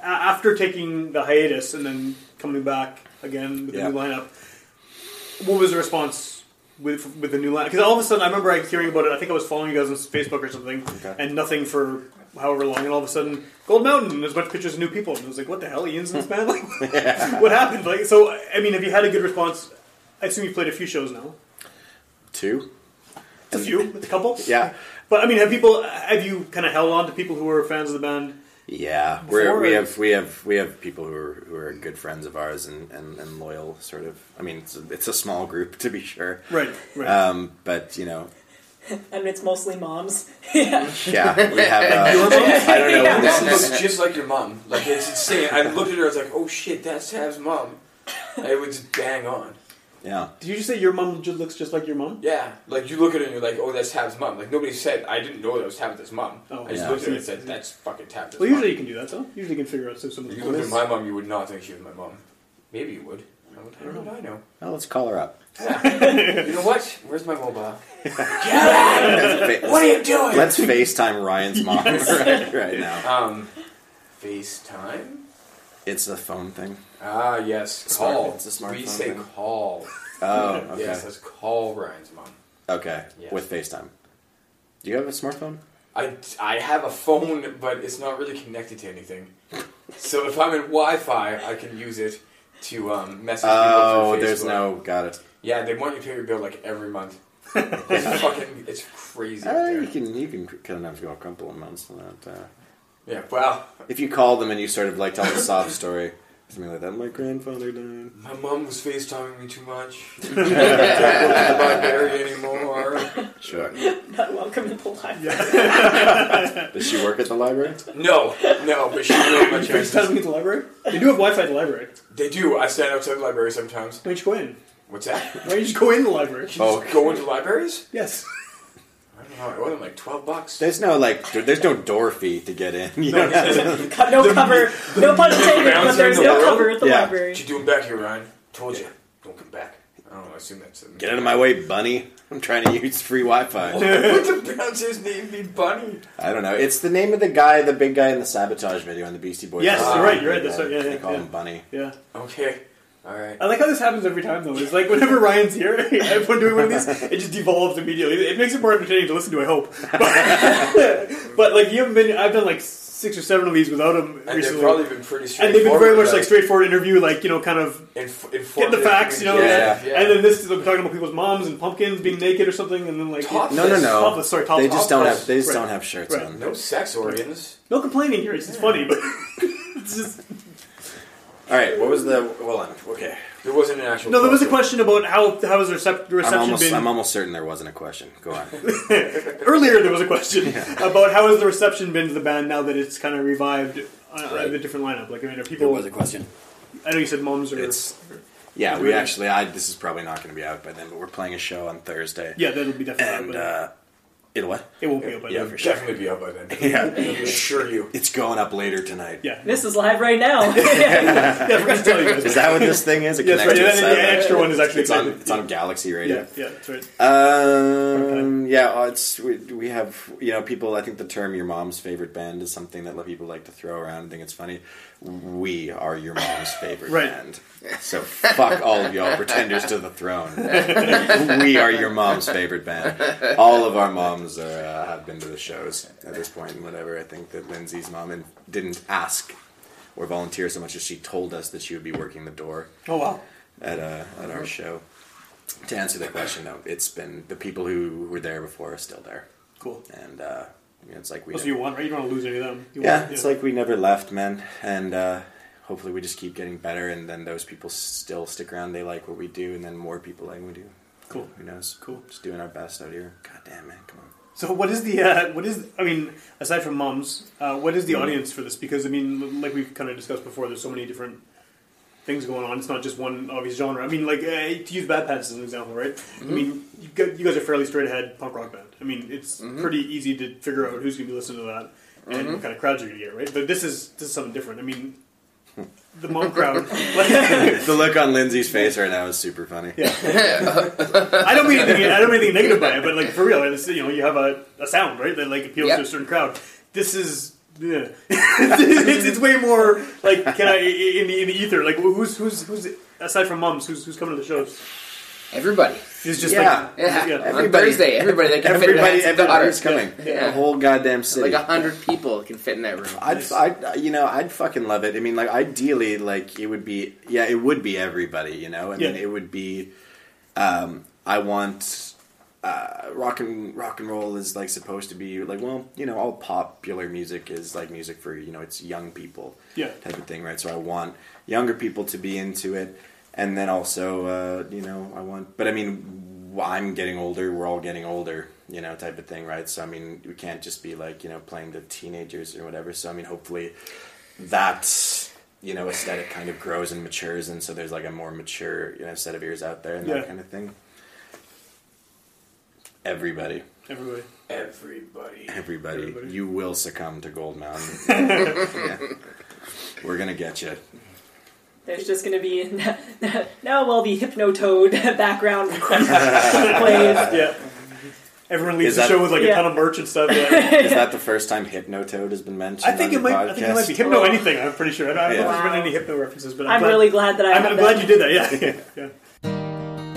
H: A- after taking the hiatus and then coming back again with the
E: Yeah.
H: new lineup, what was the response with with the new lineup? Because all of a sudden, I remember like, hearing about it. I think I was following you guys on Facebook or something,
E: Okay.
H: and nothing for however long. And all of a sudden, Gold Mountain, there's a bunch of pictures of new people, and I was like, "What the hell, Ian's in this band? Like, what happened?" Like, so I mean, have you had a good response? I assume you played a few shows now.
E: Two?
H: It's a few, it's a couple.
E: Mm. Yeah.
H: But I mean, have people? Have you kind of held on to people who were fans of the band?
E: Yeah, we're,
H: Before-
E: we have we have we have people who are who are good friends of ours and, and, and loyal. Sort of, I mean, it's a, it's a small group to be sure.
H: Right. Right.
E: Um, but you know,
G: and it's mostly moms. yeah.
E: yeah, we have. Uh, I don't know.
G: Yeah.
E: What this is.
D: looks just like your mom. Like it's insane. I looked at her. I was like, "Oh shit, that's Tab's mom." It was bang on.
E: Yeah,
H: Did you just say your mom ju- looks just like your mom?
D: Yeah, like you look at her and you're like, "Oh, that's Tab's mom." Like nobody said. I didn't know that was Tabitha's mom.
H: Oh.
D: I just
E: Yeah.
D: looked at her and said, "That's fucking Tabitha's
H: Well,
D: mom."
H: usually you can do that, though. Usually you can figure out some some of
D: If
H: the
D: you looked at
H: comments.
D: my mom, you would not think she was my mom. Maybe you would. How would, how would I know?
E: well, let's call her up.
D: You know what? Where's my mobile?
E: Let's fa-
D: What are you doing?
E: let's FaceTime Ryan's mom right, right now.
D: um, FaceTime.
E: It's a phone thing.
D: Ah, yes,
E: Smart-
D: call.
E: it's a smartphone
D: we say
E: thing.
D: call.
E: Oh, okay,
D: Yes, that's call Ryan's mom.
E: okay,
D: Yes.
E: with FaceTime. Do you have a smartphone?
D: I, I have a phone, but it's not really connected to anything. So if I'm in Wi-Fi, I can use it to um, message people
E: Oh,
D: through
E: there's
D: Facebook.
E: no. Got it.
D: Yeah, they want you to pay your bill like every month. it's fucking, it's crazy. out
E: Uh,
D: there.
E: you can you can kind of go a couple of months on that. Uh,
D: Yeah, wow.
E: If you call them and you sort of like tell them a sob story, something like that, my grandfather died.
D: My mom was FaceTiming me too much. I can't go to the library anymore.
E: Sure.
G: Not welcome to the line.
E: Does she work at the library?
D: No, no, but she really much.
H: FaceTime at the library? They do have Wi-Fi at the library.
D: They do. I stand outside the library sometimes.
H: Why don't you go in?
D: What's that?
H: Why don't you just go in the library?
E: Oh,
D: You just go into libraries?
H: Yes.
D: I don't know. It wasn't like twelve bucks.
E: There's no like, there- there's no door fee to get in. You don't have to-
G: Co- No cover. No pun intended, but
D: bouncer
G: there's
D: in the
G: no
D: world?
G: cover at the
E: Yeah.
G: library.
D: What you doing back here, Ryan? Told you. Don't come back. I don't know. I assume that's
E: get out of my way, bunny. I'm trying to use free Wi-Fi.
D: What's the bouncer's name? Be Bunny.
E: I don't know. It's the name of the guy, the big guy in the sabotage video on the Beastie Boys.
H: Yes,
E: album.
H: you're right, you're right, that's right, yeah,
E: they
H: yeah,
E: call
H: yeah.
E: him Bunny.
H: Yeah.
D: Okay. All right.
H: I like how this happens every time, though. It's like whenever Ryan's here, if we're doing one of these, it just devolves immediately. It makes it more entertaining to listen to, I hope. But, but, like, you haven't been, I've done like six or seven of these without him
D: And they've
H: recently.
D: probably been pretty
H: and
D: straightforward.
H: they've been very much
D: about
H: like straightforward interview, like, you know, kind of
D: Inf-
H: get the
D: informative
H: facts, you know.
E: Yeah.
D: Yeah.
H: And then this is I'm talking about people's moms and pumpkins being naked or something, and then like
D: Topless.
E: No, no, no.
H: Topless, sorry, topless.
E: They just don't have. They just
H: Right.
E: don't have shirts
H: Right.
E: on.
D: No sex organs.
H: No complaining here. It's just funny, but it's just
E: All right. What was the? Well, I'm, okay.
D: There wasn't an actual.
H: no. There was a question about how how has the recep- the
E: I'm
H: reception
E: almost.
H: been?
E: I'm almost certain there wasn't a question. Go on.
H: Earlier there was a question about how has the reception been to the band now that it's kind of revived. Uh,
E: Right.
H: The different lineup, like I mean, are
E: There
H: people?
E: was a question.
H: I know you said moms are.
E: It's- Yeah, we actually. I. This is probably not going to be out by then, but we're playing a show on Thursday.
H: yeah, that'll be definitely.
E: and uh, It'll what?
H: It won't be open.
E: Yeah,
H: Yeah,
E: for sure.
D: Definitely be out by then.
E: Yeah,
D: I assure you.
E: it's going up later tonight.
H: yeah.
G: This is live right now.
H: Yeah, I forgot to tell you guys.
E: Is that what this thing is? It
H: Yeah, that's right.
E: connects
H: Yeah,
E: to the
H: that-
E: satellite?
H: yeah, extra one is actually
E: it's on
H: connected.
E: it's on Galaxy Radio.
H: Yeah, yeah, that's right.
E: Um, yeah, oh, it's we, we have you know people. I think the term "your mom's favorite band" is something that a lot of people like to throw around and think it's funny. We are your mom's favorite
H: Right.
E: band, so fuck all of y'all pretenders to the throne. we are your mom's favorite band. All of our moms are, uh, have been to the shows at this point and whatever. I think that Lindsay's mom and- didn't ask or volunteer so much as she told us that she would be working the door
H: Oh wow.
E: at uh, at our show. To answer the question, though, it's been the people who were there before are still there,
H: Cool.
E: and uh, you know, it's like we
H: That's what you want, right? You don't want to lose any of them. You
E: yeah,
H: want,
E: it's like we never left, man, and uh, hopefully we just keep getting better, and then those people still stick around. They like what we do, and then more people like what we do.
H: Cool.
E: Who knows?
H: Cool.
E: Just doing our best out here. God damn, man, come on.
H: So what is the uh, what is I mean aside from moms, uh, what is the audience for this? Because I mean, like we've kind of discussed before, there's so many different things going on. It's not just one obvious genre. I mean, like uh, to use Bad Pants as an example, right? I mean, you, got, you guys are fairly straight ahead punk rock band. I mean, it's pretty easy to figure out who's going to be listening to that and what kind of crowds you're going to get, right? But this is this is something different. I mean, the mom crowd.
E: the look on Lindsay's face right now is super funny.
H: Yeah. I don't mean anything, I don't mean anything negative by it, but like for real, it's, you know, you have a, a sound right that like appeals
F: Yep.
H: to a certain crowd. This is. Yeah. it's, it's way more like can I in the, in the ether like who's who's who's aside from moms who's who's coming to the shows
F: Everybody.
H: it's just
E: Yeah.
H: like
F: Yeah.
H: Yeah.
F: On Thursday, everybody that can
E: Everybody,
F: fit in that
E: everybody's coming.
F: Yeah.
E: The whole goddamn city.
F: Like a hundred people can fit in that room.
E: I'd, I'd, you know, I'd fucking love it. I mean, like, ideally, like, it would be, yeah, it would be everybody, you know. I mean,
H: Yeah.
E: it would be. Um, I want uh, rock and rock and roll is like supposed to be like, well, you know, all popular music is like music for you know, it's young people,
H: Yeah.
E: type of thing, right? So I want younger people to be into it, and then also, uh, you know, I want, but I mean, w- I'm getting older. We're all getting older, you know, type of thing, right? So I mean, we can't just be like, you know, playing to teenagers or whatever. So I mean, hopefully, that you know aesthetic kind of grows and matures, and so there's like a more mature you know set of ears out there and
H: Yeah.
E: that kind of thing. Everybody,
H: everybody
D: Everybody.
E: everybody,
H: Everybody.
E: you will succumb to Gold Mountain. Yeah. We're gonna get you.
G: There's just going to be now all the hypnotoad background plays.
H: yeah everyone leaves
E: Is
H: the
E: that-
H: show with like a
G: Yeah.
H: ton of merch and stuff yeah.
E: Is that the first time Hypnotoad has been mentioned?
H: I think
E: on
H: it might
E: the
H: I think it might be
E: podcast?
H: hypno anything I'm pretty sure I don't, I don't know if
G: Yeah.
H: there's been any hypno references but I'm,
G: I'm
H: glad,
G: really glad that I.
H: I'm,
G: have
H: I'm glad
G: that.
H: you did that yeah yeah, yeah.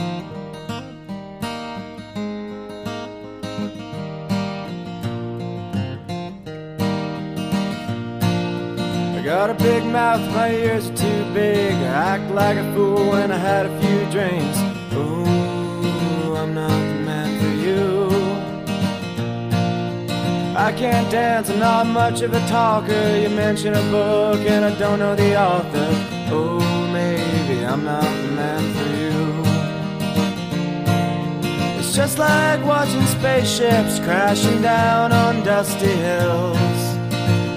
J: I got a big mouth, my ears are too big. I act like a fool when I had a few drinks. Ooh, I'm not the man for you. I can't dance, I'm not much of a talker. You mention a book and I don't know the author. Oh, maybe I'm not the man for you. It's just like watching spaceships crashing down on dusty hills.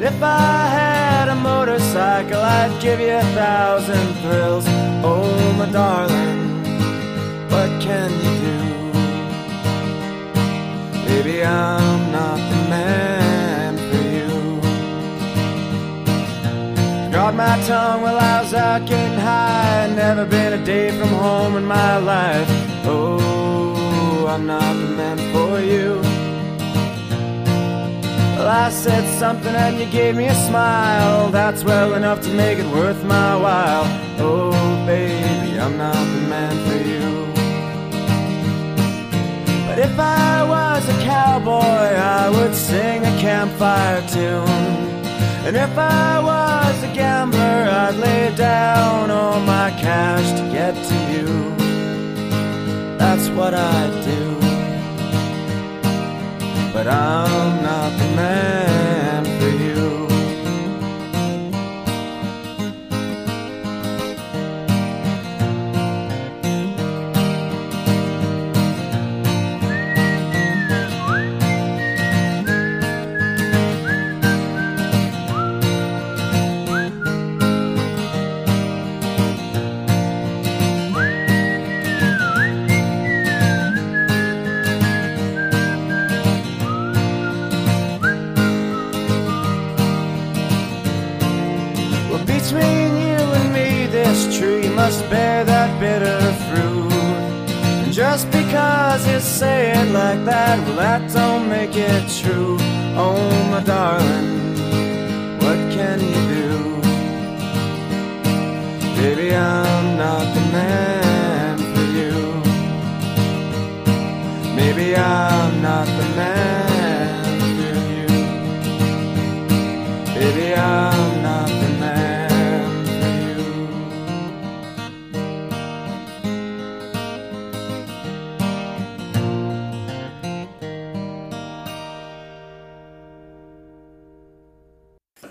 J: If I had a motorcycle, I'd give you a thousand thrills. Oh, my darling, what can you do? Baby, I'm not the man for you. Got my tongue while I was out getting high. Never been a day from home in my life. Oh, I'm not the man for you. Well, I said something and you gave me a smile. That's well enough to make it worth my while. Oh, baby, I'm not the man for you. But if I was a cowboy, I would sing a campfire tune. And if I was a gambler, I'd lay down all my cash to get to you. That's what I'd do but I'm not the man for you. between you and me, this tree must bear that bitter fruit. And just because you say it like that, well, that don't make it true. Oh, my darling, what can you do? Baby, I'm not the man for you. Maybe I'm not the man for you. Baby, I'm not the man for you.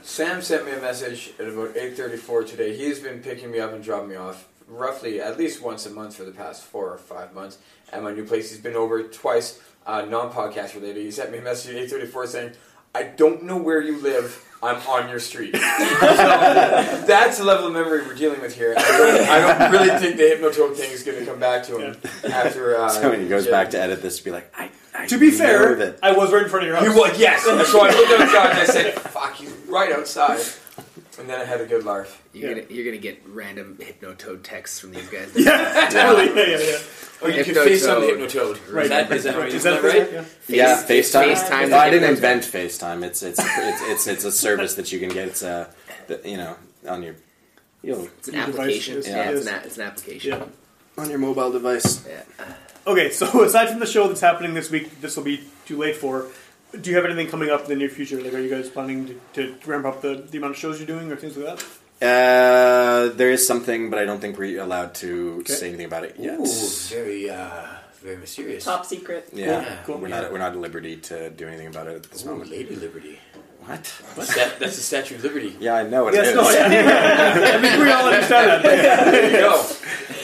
D: Sam sent me a message at about 8:34 today. He has been picking me up and dropping me off roughly at least once a month for the past four or five months. At my new place, he's been over twice, uh, non-podcast related. He sent me a message at 8:34 saying, "I don't know where you live. I'm on your street." so, that's the level of memory we're dealing with here. I don't, I don't really think the hypnotope thing is going to come back to him after. Uh,
E: So when he goes
D: yeah.
E: back to edit this, be like, I, I
H: To be
E: know
H: fair,
E: that
H: I was right in front of your
D: He
H: house.
D: was yes. So I looked outside and I said, "Fuck, he's right outside." And then I had a good laugh.
F: You're,
H: Yeah.
F: gonna, you're gonna get random hypnotoad texts from these guys.
H: Yeah, totally. Yeah, yeah, yeah.
D: Oh, you can
F: Hypnotoad.
D: face on the hypnotoad.
H: Right.
D: Is that, is that,
H: Is
D: is
H: that
D: that right?
H: Yeah.
E: yeah,
F: Face-
E: FaceTime.
F: FaceTime
E: No, I
F: the
E: didn't
F: hypnotoad.
E: invent FaceTime. It's it's it's it's, it's a service that you can get. It's a, that, you know, on your you
F: It's an
H: Your device
F: application.
H: is-
F: Yeah, it's,
H: is-
F: an, a- it's an application.
H: Yeah.
E: on your mobile device.
F: Yeah.
H: Okay, so aside from the show that's happening this week, this will be too late for. Do you have anything coming up in the near future? Like, are you guys planning to, to ramp up the, the amount of shows you're doing or things like that?
E: Uh, there is something, but I don't think we're allowed to
H: Okay.
E: say anything about it yet.
D: Ooh, very, uh, very mysterious.
G: Top secret.
E: Yeah,
H: Cool.
E: we're not we're not at liberty to do anything about it at this
D: Ooh,
E: moment.
D: Lady Liberty.
E: What?
D: That, that's the Statue of Liberty.
E: Yeah, I know it
H: Yes,
E: is.
H: no, I, I think we all understand that.
D: There you go.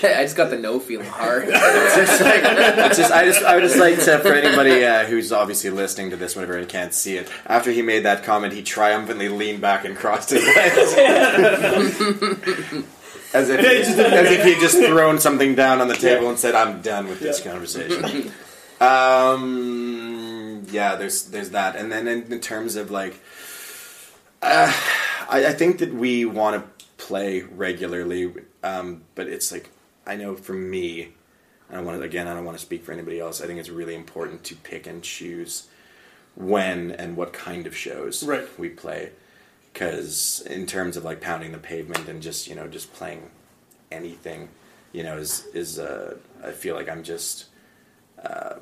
F: I just got the no feeling hard.
E: It's just like it's just I just I would just like to for anybody uh, who's obviously listening to this whenever and can't see it. After he made that comment, he triumphantly leaned back and crossed his legs. As if,
H: Yeah, he just didn't
E: as if he had just thrown something down on the table and said, "I'm done with this
H: Yeah.
E: conversation." Um, yeah, there's there's that, and then in, in terms of like, uh, I, I think that we want to play regularly, um, but it's like I know for me, I don't want to again. I don't want to speak for anybody else. I think it's really important to pick and choose when and what kind of shows
H: Right.
E: we play. Because in terms of like pounding the pavement and just you know just playing anything, you know is is uh, I feel like I'm just um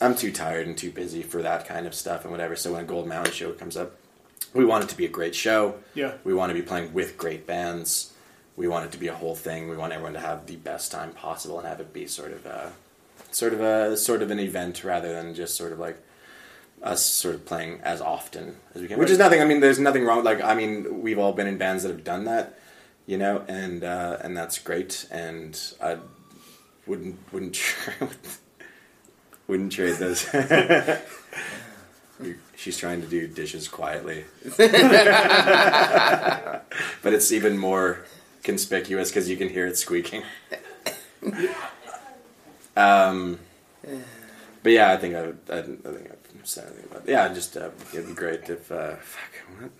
E: I'm too tired and too busy for that kind of stuff and whatever. So when a Gold Mountain show comes up, we want it to be a great show.
H: Yeah.
E: we want to be playing with great bands. We want it to be a whole thing. We want everyone to have the best time possible and have it be sort of a sort of a sort of an event rather than just sort of like us sort of playing as often as we can. Which is nothing. I mean, there's nothing wrong. Like, I mean, we've all been in bands that have done that, you know, and uh, and that's great. And I wouldn't wouldn't trade wouldn't trade those. She's trying to do dishes quietly, but it's even more conspicuous because you can hear it squeaking. Um, but yeah, I think I, would- I, didn't- I think I said anything about. Yeah, just uh, it'd be great if. Uh, fuck, what?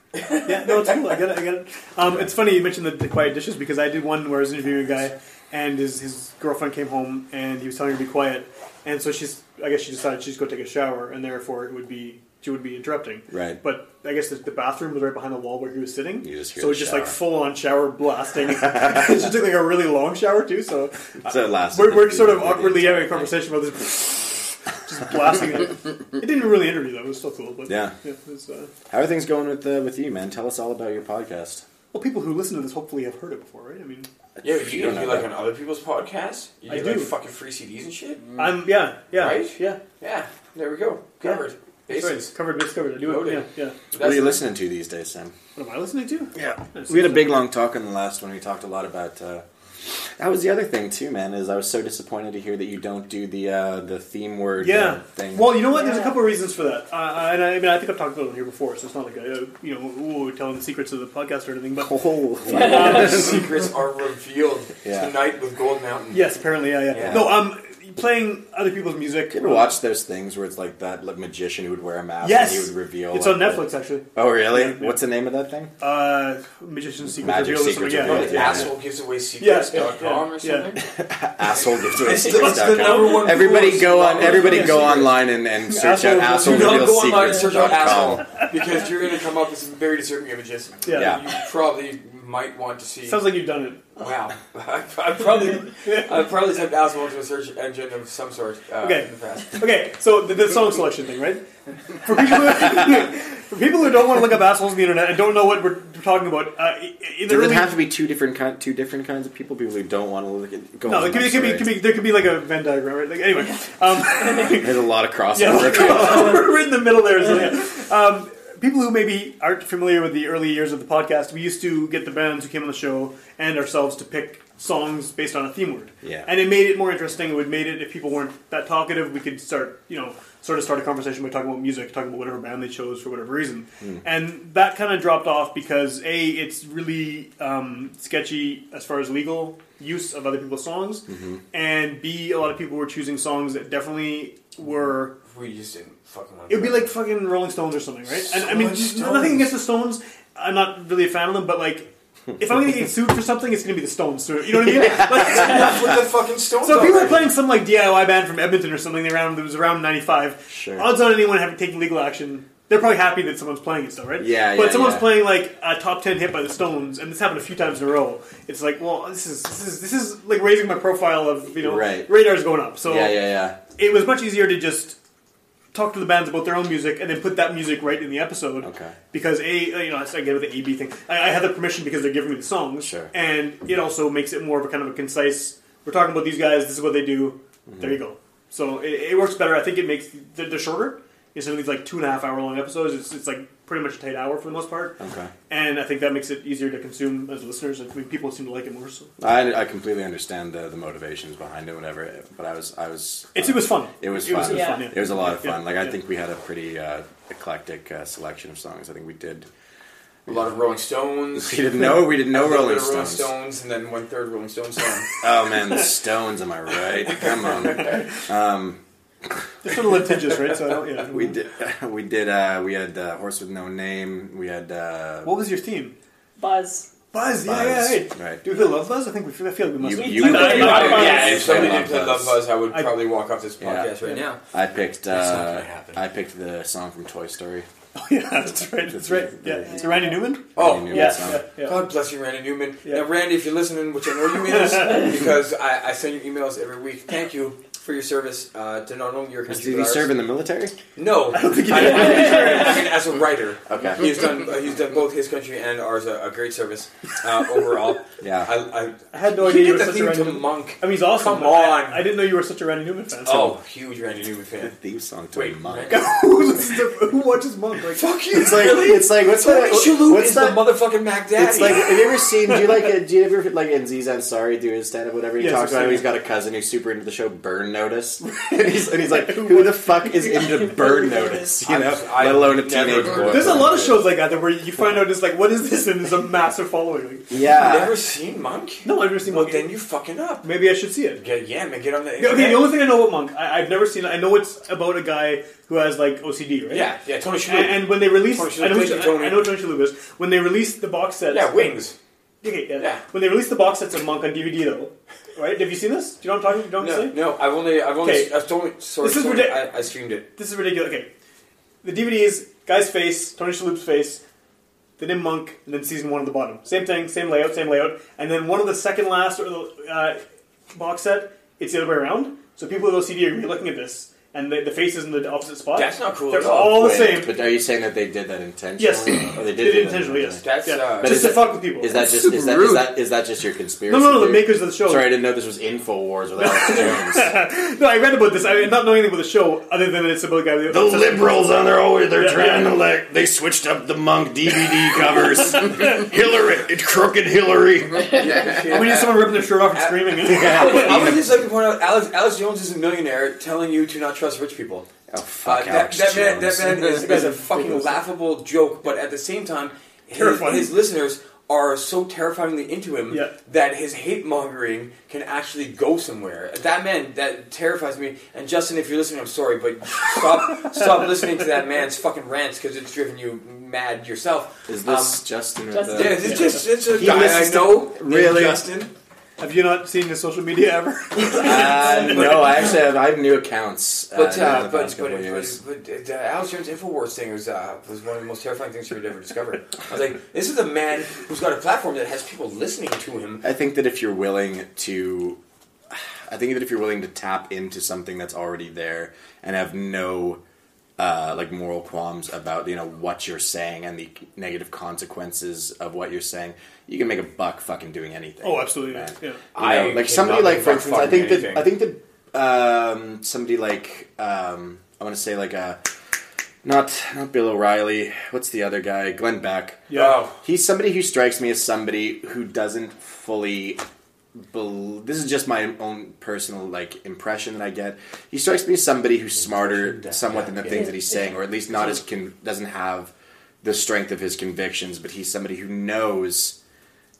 H: yeah, no, it's cool. I get it. I get it. Um, it's funny you mentioned the, the quiet dishes because I did one where I was interviewing a guy and his, his girlfriend came home and he was telling her to be quiet. And so she's, I guess she decided she'd go take a shower and therefore it would be, she would be interrupting.
E: Right.
H: But I guess the, the bathroom was right behind the wall where he was sitting.
E: You just
H: so it
E: hear the
H: was just like
E: shower.
H: full on shower blasting. she took like a really long shower too. So
E: So it lasted
H: we're, we're
E: the-
H: sort of
E: the
H: awkwardly
E: entire
H: having a
E: thing.
H: conversation about this. Just blasting it. It didn't really interview though. It was still cool. But
E: Yeah.
H: it was, uh,
E: How are things going with uh, with you, man? Tell us all about your podcast.
H: well, people who listen to this hopefully have heard it before, right? I mean,
D: Yeah, but you,
E: don't
D: can be
E: know
D: like
E: that.
D: on other people's podcasts. You
H: I
D: do, like
H: do.
D: fucking free CDs and shit.
E: Mm.
H: I'm yeah, yeah,
D: Right?
H: yeah.
D: Yeah, there we go.
H: Yeah.
D: Covered.
H: That's
D: Bases.
H: right. Covered, bits covered. I do it. Yeah,
D: Loaded.
H: yeah.
E: what are you
D: That's-
E: listening to these days, Sam?
H: What am I listening to?
E: Yeah,
H: That's-
E: we had a big long talk in the last one. We talked a lot about. Uh, that was the other thing too, man. Is I was so disappointed to hear that you don't do the uh, the theme word uh,
H: Yeah.
E: thing.
H: Well, you know what? There's a couple of reasons for that, uh, uh, and I, I mean, I think I've talked about it here before, so it's not like I, uh, you know, ooh, we're telling the secrets of the podcast or anything. But
E: oh,
D: Secrets are revealed
E: Yeah.
D: tonight with Gold Mountain.
H: yes, apparently, yeah, yeah.
D: Yeah.
H: No, um, playing other people's music.
E: You ever watch those things where it's like that like, magician who would wear a mask
H: Yes,
E: and he would reveal?
H: It's
E: like,
H: on
E: the-
H: Netflix actually.
E: Oh, really?
H: Yeah, yeah.
E: What's the name of that thing?
H: Uh, Magician's Secret
E: Magic
H: Reveal or
E: Secret
H: something,
E: Reveal,
H: yeah.
E: yeah.
D: Asshole gives away secrets.com or
H: yeah.
D: something.
E: Asshole gives away
D: It's the-
E: secrets.
D: it's the number one
E: Everybody
D: coolest
E: go on.
D: number
E: Everybody
D: one
E: go
D: secret.
E: online and, and search out
H: Asshole
E: asshole
D: Do not
E: reveal
D: go online and search out
E: secrets.com.
D: asshole because you're going to come up with some very disturbing images.
H: Yeah.
E: Yeah.
D: that You probably might want to see.
H: Sounds like you've done it.
D: wow. I, I probably I probably typed asshole into a search engine of some sort uh,
H: Okay.
D: in the past.
H: Okay, so the, the song selection thing, right? For people, who, for people who don't want to look up assholes on the internet and don't know what we're talking about, uh, i- in the
E: Does
H: early-
E: it have to be two different kind, two different kinds of people? People who don't want to look at go
H: no,
E: on,
H: it could be,
E: I'm
H: it could be, it
E: sorry.
H: could be, there could be like a Venn diagram, right? Like anyway, um,
E: There's a lot of
H: yeah,
E: crossover.
H: we're, we're in the middle there. So yeah. um, people who maybe aren't familiar with the early years of the podcast, we used to get the bands who came on the show and ourselves to pick songs based on a theme word.
E: Yeah.
H: and it made it more interesting. It would made it if people weren't that talkative, we could start you know sort of start a conversation by talking about music, talking about whatever band they chose for whatever reason, and that kind of dropped off because a it's really um, sketchy as far as legal use of other people's songs, and b a lot of people were choosing songs that definitely were
D: We just didn't fucking want
H: it
D: to.
H: would be like fucking Rolling Stones or something, right? And I mean,
D: Rolling Stones.
H: nothing against the Stones. I'm not really a fan of them, but like, if I'm gonna get sued for something, it's gonna be the Stones. So, you know what I mean? Like,
D: Put the fucking stones
H: so if people were
D: already.
H: playing some like DIY band from Edmonton or something around that was around '95,
E: Sure.
H: odds on anyone having taken legal action. They're probably happy that someone's playing it still, right?
E: Yeah,
H: But
E: yeah,
H: someone's
E: yeah.
H: playing like a top ten hit by the Stones, and this happened a few times in a row. It's like, well, this is this is this is like raising my profile of you know
E: Right.
H: radar's going up. So
E: yeah, yeah, yeah.
H: it was much easier to just talk to the bands about their own music and then put that music right in the episode.
E: Okay.
H: Because a uh, you know I get with the AB thing. I, I had the permission because they're giving me the songs.
E: Sure.
H: And it also makes it more of a kind of a concise. We're talking about these guys. This is what they do.
E: Mm-hmm.
H: There you go. So it, it works better. I think it makes they're, they're shorter. Instead of these like two and a half hour long episodes, it's, it's like pretty much a tight hour for the most part.
E: Okay.
H: And I think that makes it easier to consume as listeners. I think people seem to like it more. So
E: I, I completely understand the, the motivations behind it, whatever. But I was I was
H: it's, it was fun.
E: It was
H: It was,
E: fun.
H: it was fun.
G: Yeah.
H: Yeah.
E: It was a lot of
H: Yeah,
E: fun. Like I
H: yeah.
E: think we had a pretty uh, eclectic uh, selection of songs. I think we did.
D: a lot of Rolling Stones.
E: We didn't know. We didn't know
D: a little
E: Rolling
D: bit of Rolling
E: Stones.
D: Stones, and then one third Rolling Stones song.
E: Oh man, the Stones. Am I right? Come on. Um,
H: It's sort of litigious, right? So I don't, yeah.
E: we did. We did. Uh, we had uh, Horse with No Name. We had. Uh,
H: What was your theme?
G: Buzz.
H: Buzz, yeah,
E: Buzz,
H: yeah, right.
E: right.
H: Do we feel love Buzz? I think we feel, I feel like we must.
E: you,
H: have.
E: you,
G: I-
E: you
G: I-
E: did.
G: I- I-
D: yeah, if somebody
E: I
D: did play Love
E: love
D: Buzz, I would
H: I-
D: probably walk off this
E: Yeah.
D: podcast right now.
E: I picked.
K: That's not gonna
E: Uh,
K: happen.
E: I picked the song from Toy Story.
H: yeah, that's right, that's right. Yeah, it's Randy Newman.
D: Oh,
E: Randy Newman
H: Yes,
E: song.
H: yeah, yeah.
D: God bless you, Randy Newman.
H: Yeah.
D: Now, Randy, if you're listening, which I know you is, because I, I send you emails every week. Thank you for your service uh, to not only your
E: Did
D: country.
E: he
D: but ours.
E: serve in the military?
D: No, I, I, I mean as a writer,
E: Okay.
D: he's done uh, he's done both his country and ours a, a great service uh, overall.
E: Yeah.
D: I,
H: I had
D: I
H: no
D: he
H: idea you
D: did
H: were
D: the
H: such a
D: theme
H: Randy
D: to
H: Newman.
D: Monk.
H: I mean, he's awesome.
D: Come
H: but I-
D: on.
H: I, didn't know you were such a Randy Newman fan. So.
D: Oh, huge Randy Newman fan.
E: Theme song to
D: Wait,
E: a monk.
D: Randy-
H: who, listens to- who watches Monk? Like,
D: fuck you.
E: It's like it's like what's
D: Tony
E: that?
D: Shalhoub
E: What's
D: is
E: that?
D: the motherfucking Mac Daddy.
E: It's like, have you ever seen? Do you like? Do you ever like Aziz Ansari do his stand up? Whatever he
H: Yes,
E: talks
H: I've
E: about, how
H: seen
E: he's got a cousin who's super into the show Burn Notice, and he's and he's like, who the fuck is into Burn Notice? You know,
D: I've
E: let alone a
D: never
E: teenage
D: heard
E: boy.
D: of
H: there's a lot of shows like that where you find out it's like, what is this? And there's a massive following. Like,
E: Yeah,
D: Never seen Monk?
H: no, I've never seen
D: Well,
H: Monk.
D: then you fucking up.
H: Maybe I should see it.
D: Get, yeah, man, get on the
H: Yeah,
D: internet.
H: Okay, the only thing I know about Monk, I, I've never seen. it. I know it's about a guy who has like OCD, right?
D: yeah, yeah, Tony Shalhoub.
H: And, and when they released,
D: Tony Shalhoub,
H: I know,
D: thank
H: who-
D: you, Tony.
H: I know Tony Shalhoub is. When they released the box sets,
D: yeah, Wings.
H: Okay, yeah.
D: Yeah.
H: When they released the box sets of Monk on DVD, though, right? Have you seen this? Do you know what I'm talking? Don't
D: No,
H: say.
D: no, I've only, I've only,
H: Okay.
D: I've only, sorry,
H: This is
D: sorry,
H: ridic-
D: I, I streamed it.
H: This is ridiculous. Okay, the DVD is guy's face, Tony Shalhoub's face, the name Monk, and then season one at the bottom. Same thing, same layout, same layout. And then one of the second last or the, uh, box set, it's the other way around. So people with OCD are gonna be looking at this, and the, the face is in the opposite spot.
D: That's not cool
H: They're
D: at all.
H: all the
E: Wait,
H: same.
E: But are you saying that they did that
H: Yes.
E: intentionally? Or they did,
H: They
E: do
H: did
E: that
H: intentionally, yes.
D: That's,
H: Yeah.
D: uh,
E: But
H: just
E: is
H: to
E: it-
H: fuck with people.
E: Is that just is that, is that is that just your conspiracy?
H: no, no, no, the
E: theory?
H: makers of the show.
E: Sorry, I didn't know this was info wars with Alex Jones.
H: No, I read about this. I not knowing anything about the show other than it's about a guy. with-
E: The liberals on their own, they're
H: Yeah,
E: trying
H: yeah.
E: to like, they switched up the monk DVD covers. Hillary, it's crooked Hillary.
D: Oh,
H: We need someone ripping their shirt off and screaming.
D: I would just like to point out, Alex, Alex Jones is a millionaire telling you to not trust rich people.
E: Oh, fuck
D: uh, that,
E: Alex
D: that man, uh,
E: Jones.
D: that man is, is a fucking laughable joke, but at the same time, his,
H: Terrifying.
D: his listeners are so terrifyingly into him
H: Yeah.
D: that his hate mongering can actually go somewhere. That man that terrifies me. And Justin, if you're listening, I'm sorry, but stop stop listening to that man's fucking rants because it's driven you mad yourself.
E: Is
D: Um,
E: this Justin? Or
G: Justin.
E: The,
D: yeah, it's just it's a
E: He
D: guy I
E: listens to-
D: know. named
E: Really?
D: Justin.
H: Have you not seen his social media ever?
E: Uh, no, I actually have, I have new accounts. uh,
D: But,
E: in
D: uh,
E: the
D: but,
E: past
D: but,
E: couple of
D: but,
E: years.
D: but, uh, the Alex Jones Infowars thing was, uh, was one of the most terrifying things we'd ever discovered. I was like, this is a man who's got a platform that has people listening to him.
E: I think that if you're willing to, I think that if you're willing to tap into something that's already there and have no uh, like moral qualms about you know what you're saying and the negative consequences of what you're saying, you can make a buck fucking doing anything.
H: Oh, absolutely.
E: Man.
H: Yeah.
E: You know,
D: I
E: like somebody
D: cannot
E: like
D: make
E: for
D: that
E: instance, I
D: fucking
E: think that I
D: anything.
E: think that um, somebody like um, I want to say like a not not Bill O'Reilly. What's the other guy? Glenn Beck.
H: Yeah.
D: Oh.
E: He's somebody who strikes me as somebody who doesn't fully. Bel- this is just my own personal like impression that I get. He strikes me as somebody who's smarter, somewhat, than the things that he's saying, or at least not as con- doesn't have the strength of his convictions. But he's somebody who knows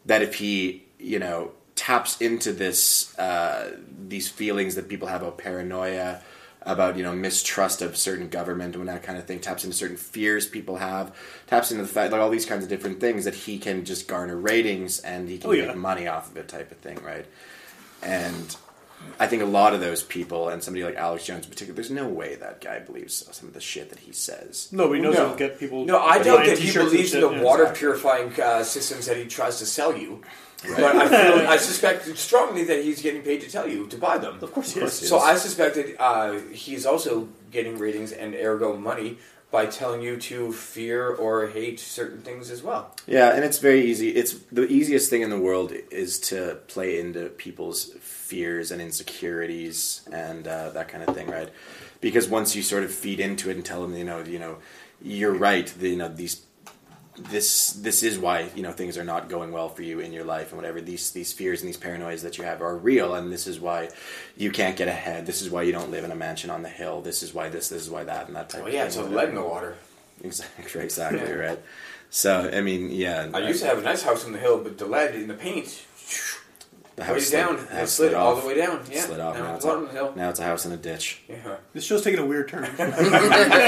E: that if he you know taps into this uh, these feelings that people have about paranoia about you know mistrust of certain government and that kind of thing taps into certain fears people have taps into the fact like all these kinds of different things that he can just garner ratings and he can
H: Oh, yeah.
E: make money off of it type of thing right and I think a lot of those people and somebody like Alex Jones in particular there's no way that guy believes some of the shit that he says
H: No, but he knows
D: No.
H: it'll get people.
D: No, I
H: buying
D: doubt that he
H: t-shirts and
D: believes in
H: shit,
D: the
H: yeah.
D: water purifying uh, systems that he tries to sell you. But I, feel, I suspect strongly that he's getting paid to tell you to buy them.
H: Of course he is.
D: So I suspect that uh, he's also getting ratings and ergo money by telling you to fear or hate certain things as well.
E: Yeah, and it's very easy. It's the easiest thing in the world is to play into people's fears and insecurities and uh, that kind of thing, right? Because once you sort of feed into it and tell them, you know, you know, you're right. The, you know, these this this is why you know things are not going well for you in your life and whatever these these fears and these paranoias that you have are real and this is why you can't get ahead this is why you don't live in a mansion on the hill this is why this this is why that and that type
D: Oh
E: of
D: yeah,
E: thing,
D: it's a
E: whatever.
D: lead in the water.
E: exactly exactly right so i mean yeah
D: I used to have a nice house on the hill, but the lead in the paint
E: The
D: way
E: slid-
D: down.
E: the
D: It
E: house
D: slid all
E: off.
D: the way down. Yeah,
E: Slid off.
D: down
E: Now
D: the
E: it's,
D: bottom
E: a,
D: of the hill.
E: now it's a house in a ditch.
D: Yeah.
H: This show's taking a weird turn.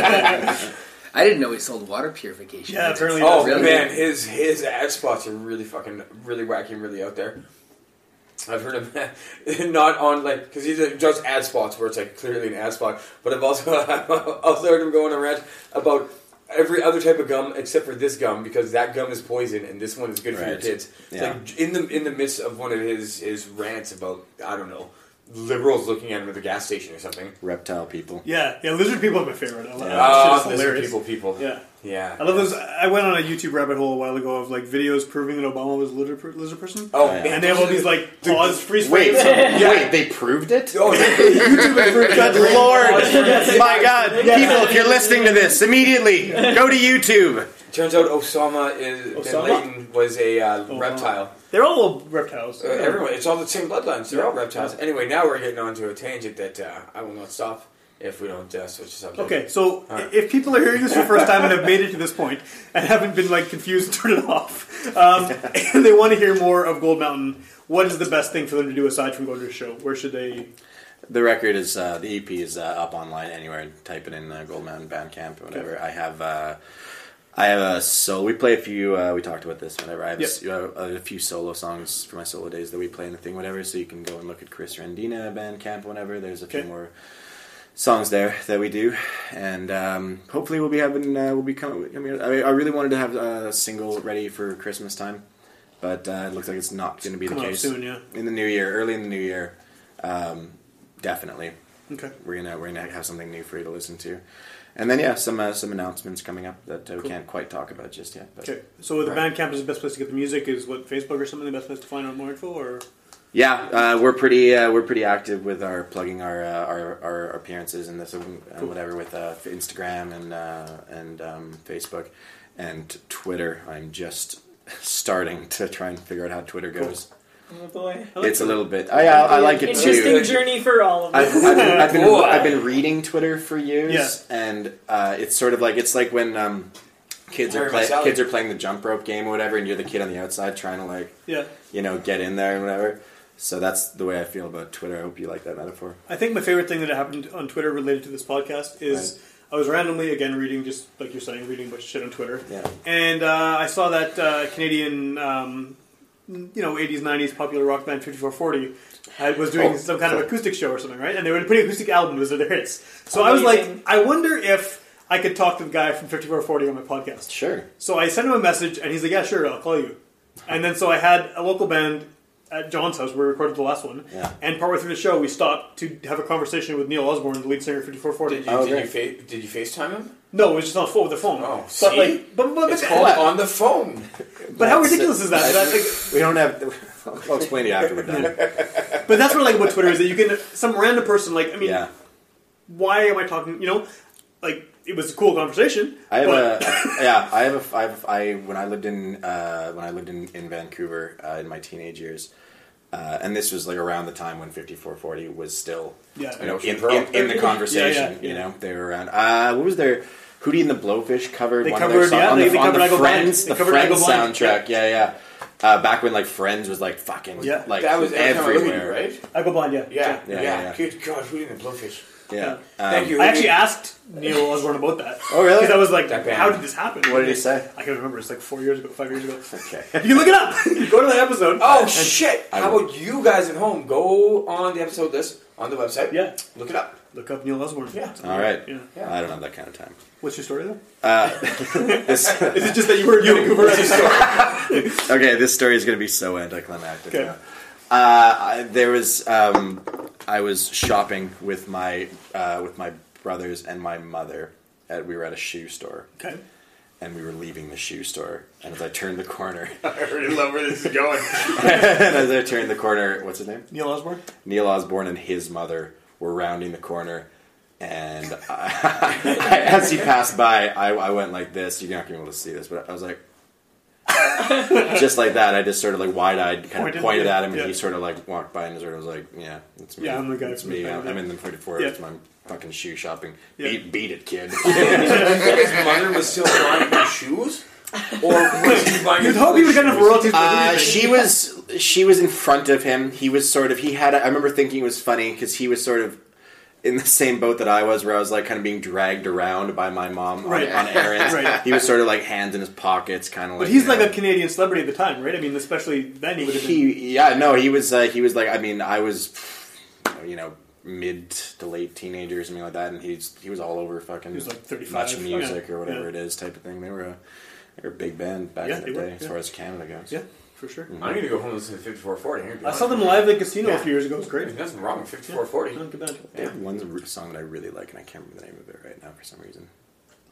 F: I didn't know he sold water purification.
H: Yeah,
F: units.
H: apparently he
D: Oh
F: Really?
D: man, his his ad spots are really fucking really wacky and really out there. I've heard him not on like because he does ad spots where it's like clearly an ad spot, but I've also I've also heard him going around about every other type of gum except for this gum because that gum is poison and this one is good for your
E: Right.
D: kids. It's
E: Yeah.
D: Like in the in the midst of one of his his rants about I don't know liberals looking at him at the gas station or something.
E: Reptile people.
H: yeah, yeah. Lizard people are my favorite. I love that
D: Ah,
H: shit is
D: lizard
H: hilarious.
D: people, people.
H: Yeah.
D: yeah.
H: I love those. I went on a YouTube rabbit hole a while ago of like videos proving that Obama was a lizard, per- lizard person.
D: Oh,
E: Yeah.
D: man,
H: and they have all these like pause freeze frames.
E: wait, they proved it?
D: Oh, YouTube approved that.
E: Good lord! My god! People, if you're listening to this, immediately go to YouTube!
D: Turns out Osama is
H: Osama? Oh,
D: bin Laden was a uh, reptile.
H: They're all reptiles.
D: Uh, everyone, it's all the same bloodlines. They're all reptiles. Anyway, now we're getting on to a tangent that uh, I will not stop if we don't uh, switch this up.
H: Okay, so if people are hearing this for the first time and have made it to this point and haven't been like confused and turned it off, um, and they want to hear more of Gold Mountain, what is the best thing for them to do aside from going to a show? Where should they?
E: The record is, uh, the EP is uh, up online anywhere. Type it in uh, Gold Mountain Bandcamp or whatever. I have. Uh, I have uh, a solo. We play a few. Uh, we talked about this. Whatever. I have a s- uh, a few solo songs for my solo days that we play in the thing. Whatever. So you can go and look at Chris Rendina Bandcamp. Whenever there's a few
H: Okay.
E: more songs there that we do, and um, hopefully we'll be having. Uh, we'll be coming. I mean, I, I really wanted to have a single ready for Christmas time, but uh, it looks like it's not going to be the
H: Coming up
E: case
H: soon, yeah.
E: In the new year, early in the new year, um, definitely
H: Okay.
E: we're gonna we're gonna have something new for you to listen to, and then yeah, some uh, some announcements coming up that uh, we can't quite talk about just yet. But
H: Okay. So the
D: Right.
H: Bandcamp is the best place to get the music. Is what Facebook or something the best place to find out more info? Or
E: yeah, uh, we're pretty uh, we're pretty active with our plugging our uh, our, our appearances and this and whatever with uh, Instagram and uh, and um, Facebook and Twitter. I'm just starting to try and figure out how Twitter goes.
G: Oh boy.
E: It's a little bit. I I, I like it too.
G: Interesting journey for all of us.
E: I've, I've, been, I've, been,
D: Cool.
E: I've been reading Twitter for years,
H: Yeah.
E: and uh, it's sort of like it's like when um, kids
L: Harry
E: are play,
L: Masalek.
E: kids are playing the jump rope game or whatever, and you're the kid on the outside trying to like
H: Yeah.
E: you know get in there and whatever. So that's the way I feel about Twitter. I hope you like that metaphor.
H: I think my favorite thing that happened on Twitter related to this podcast is I was randomly again reading just like you're saying, reading a bunch of shit on Twitter.
E: Yeah.
H: And uh, I saw that uh, Canadian, um, you know, 80s, 90s popular rock band 5440 had, was doing
E: Oh,
H: some kind of
E: cool.
H: acoustic show or something, right? And they were putting acoustic albums of their hits. So I was
G: Amazing.
H: like, I wonder if I could talk to the guy from 5440 on my podcast.
E: Sure.
H: So I sent him a message, and he's like, "Yeah, sure, I'll call you." And then so I had a local band at John's house. where We recorded the last one,
E: Yeah.
H: and partway through the show, we stopped to have a conversation with Neil Osborne, the lead singer of Fifty Four Forty.
L: Did you,
E: Oh,
L: did, you fa- did you FaceTime him?
H: No, it was just on the phone with the phone.
L: Oh,
H: but
L: see?
H: like, but, but,
L: It's
H: but-
L: called on the phone.
H: but how ridiculous is that? That, like-
E: We don't have. I'll explain it after we're done.
H: but that's what I like about Twitter is that you can some random person like I mean,
E: Yeah.
H: why am I talking? You know, like it was a cool conversation.
E: I have
H: but,
E: a yeah. I have a f- I have- I when I lived in uh, when I lived in in Vancouver uh, in my teenage years, uh, and this was like around the time when fifty four forty was still
H: Yeah.
E: you know,
L: An option
E: in,
L: for all.
E: in, in the conversation.
H: Yeah, yeah,
E: You
H: yeah.
E: know, they were around. Uh, what was their Hootie and the Blowfish covered
H: They
E: one
H: covered-
E: of their
H: yeah,
E: songs
H: they-
E: on the,
H: they
E: on
H: covered
E: the
H: I Go Blind.
E: Friends
H: They
E: the
H: covered I Go
E: Friends
H: Blind.
E: soundtrack. Yeah, yeah. Uh, back when like Friends was like fucking
H: Yeah.
E: like
L: that was
E: everywhere,
L: everywhere, right?
H: I go blind. Yeah,
L: Yeah, yeah.
E: Yeah, yeah, yeah.
L: Good God, who did the blowfish?
E: Yeah. Um,
L: Thank you.
H: I actually asked Neil Osborne about that.
E: Oh, really?
H: Because I was like,
L: That band.
H: how did this happen?
E: What did he say?
H: I can't remember. It's like four years ago, five years ago.
E: Okay.
H: You can look it up. Go to the episode.
L: Oh shit!
E: I
L: How
E: will-
L: about you guys at home? Go on the episode list on the website.
H: Yeah.
L: look it up.
H: Look up Neil Osborne.
L: Yeah.
E: All right.
H: Yeah.
E: I don't have that kind of time.
H: What's your story though?
E: This-
H: Is it just that you were in Vancouver?
E: okay, this story is going to be so anticlimactic.
H: Okay.
E: now. Uh, I, there was um, I was shopping with my uh, with my brothers and my mother. At, we were at a shoe store,
H: okay.
E: and we were leaving the shoe store. And as I turned the corner,
L: I already love where this is going.
E: and as I turned the corner, what's his name?
H: Neil Osborne.
E: Neil Osborne and his mother were rounding the corner, and I, as he passed by, I, I went like this. You're not going to be able to see this, but I was like, just like that. I just sort of like wide eyed, kind
H: Pointed,
E: of pointed
H: yeah,
E: at him, and
H: yeah.
E: he sort of like walked by and sort of was like, "Yeah, it's me.
H: Yeah, I'm the guy
E: It's
H: from
E: me.
H: the
E: I'm,
H: family.
E: I'm in the 44.
H: Yeah.
E: It's my fucking shoe shopping.
H: Yeah.
E: Beat, beat it, kid."
L: His mother was still buying his shoes, or was he buying?
H: You'd
L: his
H: hope you would get enough
L: shoes?
H: royalties. for
E: Uh,
H: doing
E: she
H: it.
E: was she was in front of him. He was sort of he had. A, I remember thinking it was funny because he was sort of in the same boat that I was, where I was like kind of being dragged around by my mom on-
H: Right.
E: on, errands.
H: Right.
E: He was sort of like hands in his pockets, kind of.
H: But
E: like...
H: he's
E: you
H: like
E: know.
H: a Canadian celebrity at the time, right? I mean, especially then he would have been.
E: He yeah no he was uh, he was like I mean I was you know mid to late teenager or something like that and he's he was all over fucking
H: was, like, 35,
E: much music
H: yeah,
E: or whatever
H: yeah.
E: it is type of thing they were a they were a big band back
H: Yeah,
E: in
H: they
E: the day
H: were,
E: as
H: yeah.
E: far as Canada goes
H: yeah, for sure.
L: I'm gonna go home and listen to 5440.
H: I saw them live at a casino a
L: Yeah.
H: few years ago. It was great.
L: There's nothing wrong with
H: No,
L: 5440.
H: good band.
E: They have one r- song that I really like, and I can't remember the name of it right now for some reason.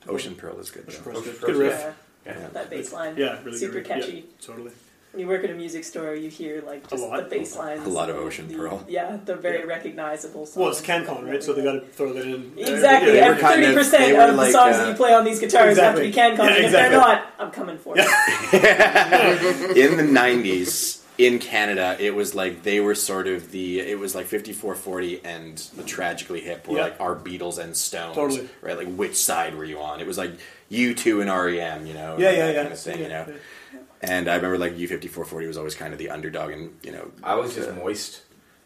E: Ocean Pearl is good. Though.
H: Good riff.
E: Yeah.
G: That bass line.
H: Yeah, really
G: Super
H: good riff.
G: catchy.
H: Yeah, totally.
G: When you work at a music store, you hear like just
H: lot.
G: the bass lines.
E: A lot of Ocean
G: the-
E: Pearl.
G: Yeah, the very recognizable songs.
H: Well, it's CanCon, right? So they got to throw that in.
G: Exactly.
E: they
H: Yeah,
E: were
G: and
E: kind
G: thirty
E: of- they
G: percent
E: were
G: of the
E: like,
G: songs
E: uh,
G: that you play on these guitars
H: Exactly.
G: have to be CanCon.
H: Yeah,
G: and If they're
H: exactly.
G: not, I'm coming for it.
E: In the 90s, in Canada, it was like they were sort of the, it was like 5440 and the Tragically Hip were
H: Yeah.
E: like our Beatles and Stones.
H: Totally.
E: Right? Like, which side were you on? It was like U2 and REM, you know?
H: Yeah,
E: and
H: yeah,
E: that
H: yeah.
E: Kind of thing, you
H: Yeah,
E: know? And I remember like U5440 was always kind of the underdog, and, you know.
L: I was just moist.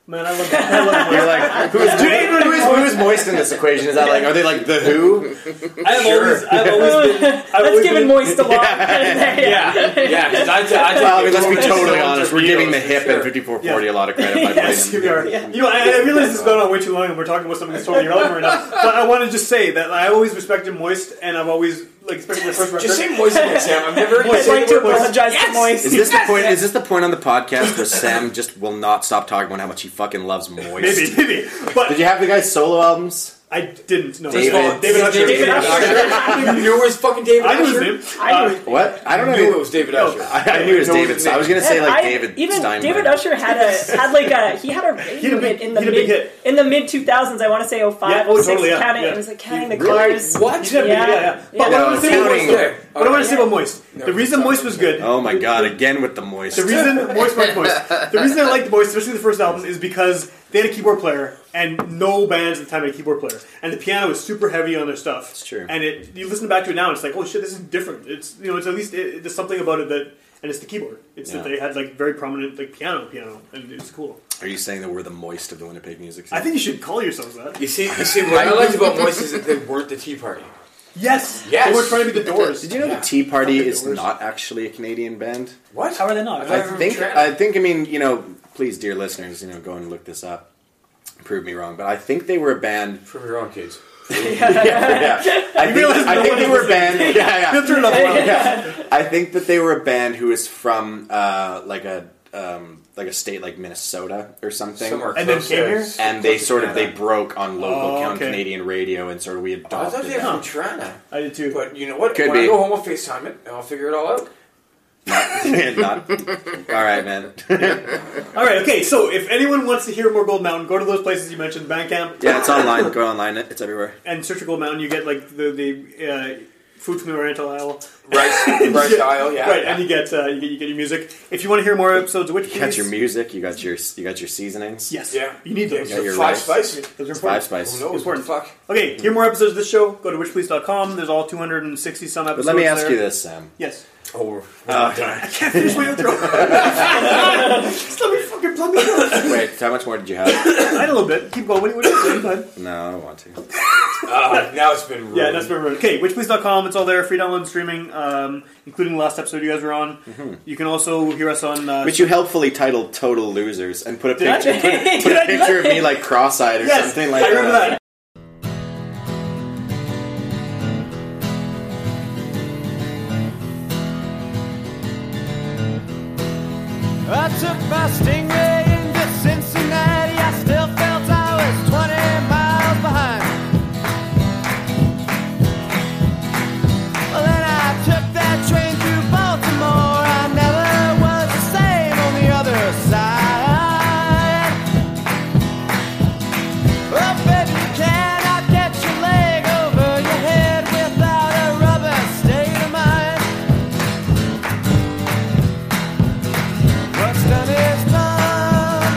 H: Man, I love that. I love
E: You're like, who's, who is- who is moist in this equation? Is that like, are they like the who?
H: I've always, I've always been. I've
G: Let's
H: always
G: give it
H: been-
G: moist a lot. yeah.
L: Yeah, because I, I,
E: Well, I mean, let's be totally
L: Stones
E: honest.
L: or
E: We're giving
L: Beatles,
E: the
L: for
E: hip
L: sure.
E: and 5440 a lot of credit by
H: Yes,
E: playing
H: we are. You know, I, I realize this has gone on way too long, and we're talking about something that's totally irrelevant right now. But I want to just say that I always respected Moist, and I've always like especially the first record.
L: Just say moist again, Sam. I've never
G: I'd like to apologize to Moist.
E: Is this the point? Is this the point on the podcast where Sam just will not stop talking about how much he fucking loves
H: maybe,
E: Moist?
H: maybe, but
E: Did you have the guy's solo albums?
H: I didn't. No,
E: David-
H: David, David Usher.
L: David Usher. You knew it was fucking David
H: I knew
L: Usher.
H: his name.
G: I knew
H: Uh,
E: What? I don't
L: I
E: know.
L: knew it was David Usher.
E: I, I knew it was
L: No,
E: David. I was gonna say like David
G: even
E: Steinberg.
G: David Usher had a had like a he had a
H: had
G: radio
H: a big-
G: hit in the
H: he had a big
G: mid
H: hit.
G: in the mid two thousands. I want to say 05,
H: Yeah, oh,
G: 06,
H: totally, yeah,
G: counting.
H: yeah.
G: It was like counting the
E: Really?
G: cars.
H: he
L: What?
H: did have a big-
G: Yeah.
H: yeah, yeah. But
G: Yeah.
H: what I'm
E: No,
H: saying was
E: counting-
H: that
L: There.
H: What I want to say about Moist. The reason Moist was good.
E: Oh my god, again with the moist.
H: The reason Moist Moist Moist. The reason I liked Moist, especially the first album, is because they had a keyboard player, and no bands at the time had a keyboard player, and the piano was super heavy on their stuff. It's
E: true.
H: And it you listen back to it now, and it's like, oh shit, this is different. It's you know, it's at least it, there's something about it that, and it's the keyboard. It's
E: Yeah.
H: that they had like very prominent like piano, piano, and it's cool.
E: Are you saying that we're the moist of the Winnipeg music scene?
H: I think you should call yourselves that.
L: You see, you see, what I liked about Moist is that they weren't the Tea Party.
H: Yes,
L: Yes.
H: They were trying to be the Doors.
E: Did you know
L: Yeah.
E: the Tea Party is not actually a Canadian band?
L: What?
M: How are they not?
E: I
L: Never
E: think
L: tried.
E: I think I mean you know please dear listeners you know go and look this up prove me wrong but I think they were a band
L: Prove me wrong, kids.
E: yeah I think,
H: realize
E: I
H: no
E: think
H: one
E: they
H: is
E: were a band yeah yeah
H: Filter it up.
E: Yeah. I think that they were a band who is from uh, like a um, like a state like Minnesota or something
L: Somewhere
H: And then
L: close
H: came
L: to-
H: here?
E: and they
L: close to
E: sort of they
L: Canada.
E: broke on local
H: Oh,
E: count
H: okay.
E: Canadian radio and sort of we
L: I thought
E: adopted
L: they were
E: them.
L: from Toronto.
H: I did too.
L: But you know what?
E: Could
L: when
E: be.
L: I go home, I'll FaceTime it, and I'll figure it all out.
E: Not- all right man
H: All right, okay. So if anyone wants to hear more Gold Mountain, go to those places you mentioned, Bandcamp
E: yeah it's online go online it's everywhere
H: and search for Gold Mountain. You get like the the uh, food from the Oriental Isle,
L: Bryce, Bryce Dial, yeah.
H: right?
L: yeah.
H: And you get, uh, you get you get your music. If you want to hear more episodes of Witch,
E: you got your music you got your you got your seasonings
H: yes,
L: Yeah.
H: you need those.
E: Yeah,
L: So
E: you're
L: Five
E: right.
L: Spice.
H: Those are
E: five
H: important.
E: spice
D: Oh,
L: Who knows?
H: Important.
L: Fuck.
H: Okay, hear more episodes of this show. Go to witchpolice.com. There's all 260 some
E: But
H: episodes.
E: let me ask
H: there.
E: you this, Sam.
H: Yes.
L: Oh, we're, we're
E: Uh,
L: done.
H: Can't finish my intro. Just let me fucking plug it up.
E: Wait, how much more did you have?
H: I had a little bit. Keep going. What do you- what do you what do you think?
E: No, I don't want to.
L: Uh, now it's been ruined.
H: Yeah, that's been ruined. Okay, witchpolice.com. It's all there. Free download and streaming, um, including the last episode you guys were on. You can also hear us on. Uh,
E: Which you helpfully titled "Total Losers" and put a
H: I?
E: picture, put, put
H: Did I
E: a
H: do
E: picture of me like cross-eyed or
H: Yes,
E: something like
H: I remember that.
J: I took my stingray into Cincinnati. I still felt I was 20 miles behind. Well, then I took that train through Baltimore. I never was the same on the other side. Well, baby, you cannot get your leg over your head without a rubber state of mind. What's done is done.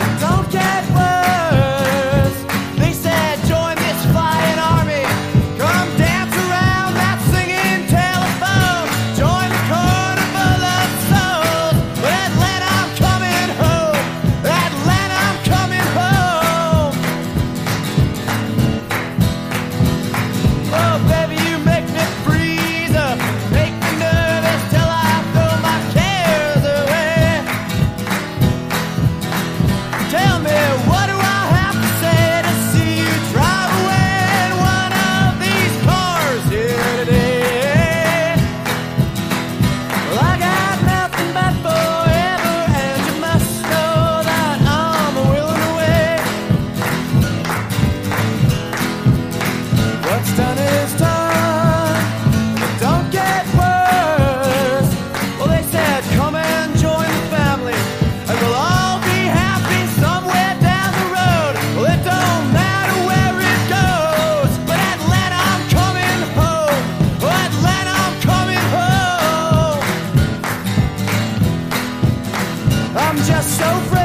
J: It don't get worse. They said join this flying army. Come dance around that singing telephone. Join the carnival of souls. But Atlanta, I'm coming home. Atlanta, I'm coming home. Oh, baby, you make me freeze up. Make me nervous till I throw my cares away. Tell me, what do I have to say to see you drive away in one of these cars here today? Well, I got nothing but forever, and you must know that I'm willing to wait. What's done is done. It don't get worse. Well, they said, come and join the family, and we'll all be happy somewhere down the road. Well, it don't matter where it goes. But Atlanta, I'm coming home. Oh, Atlanta, I'm coming home. I'm just so. Free oh,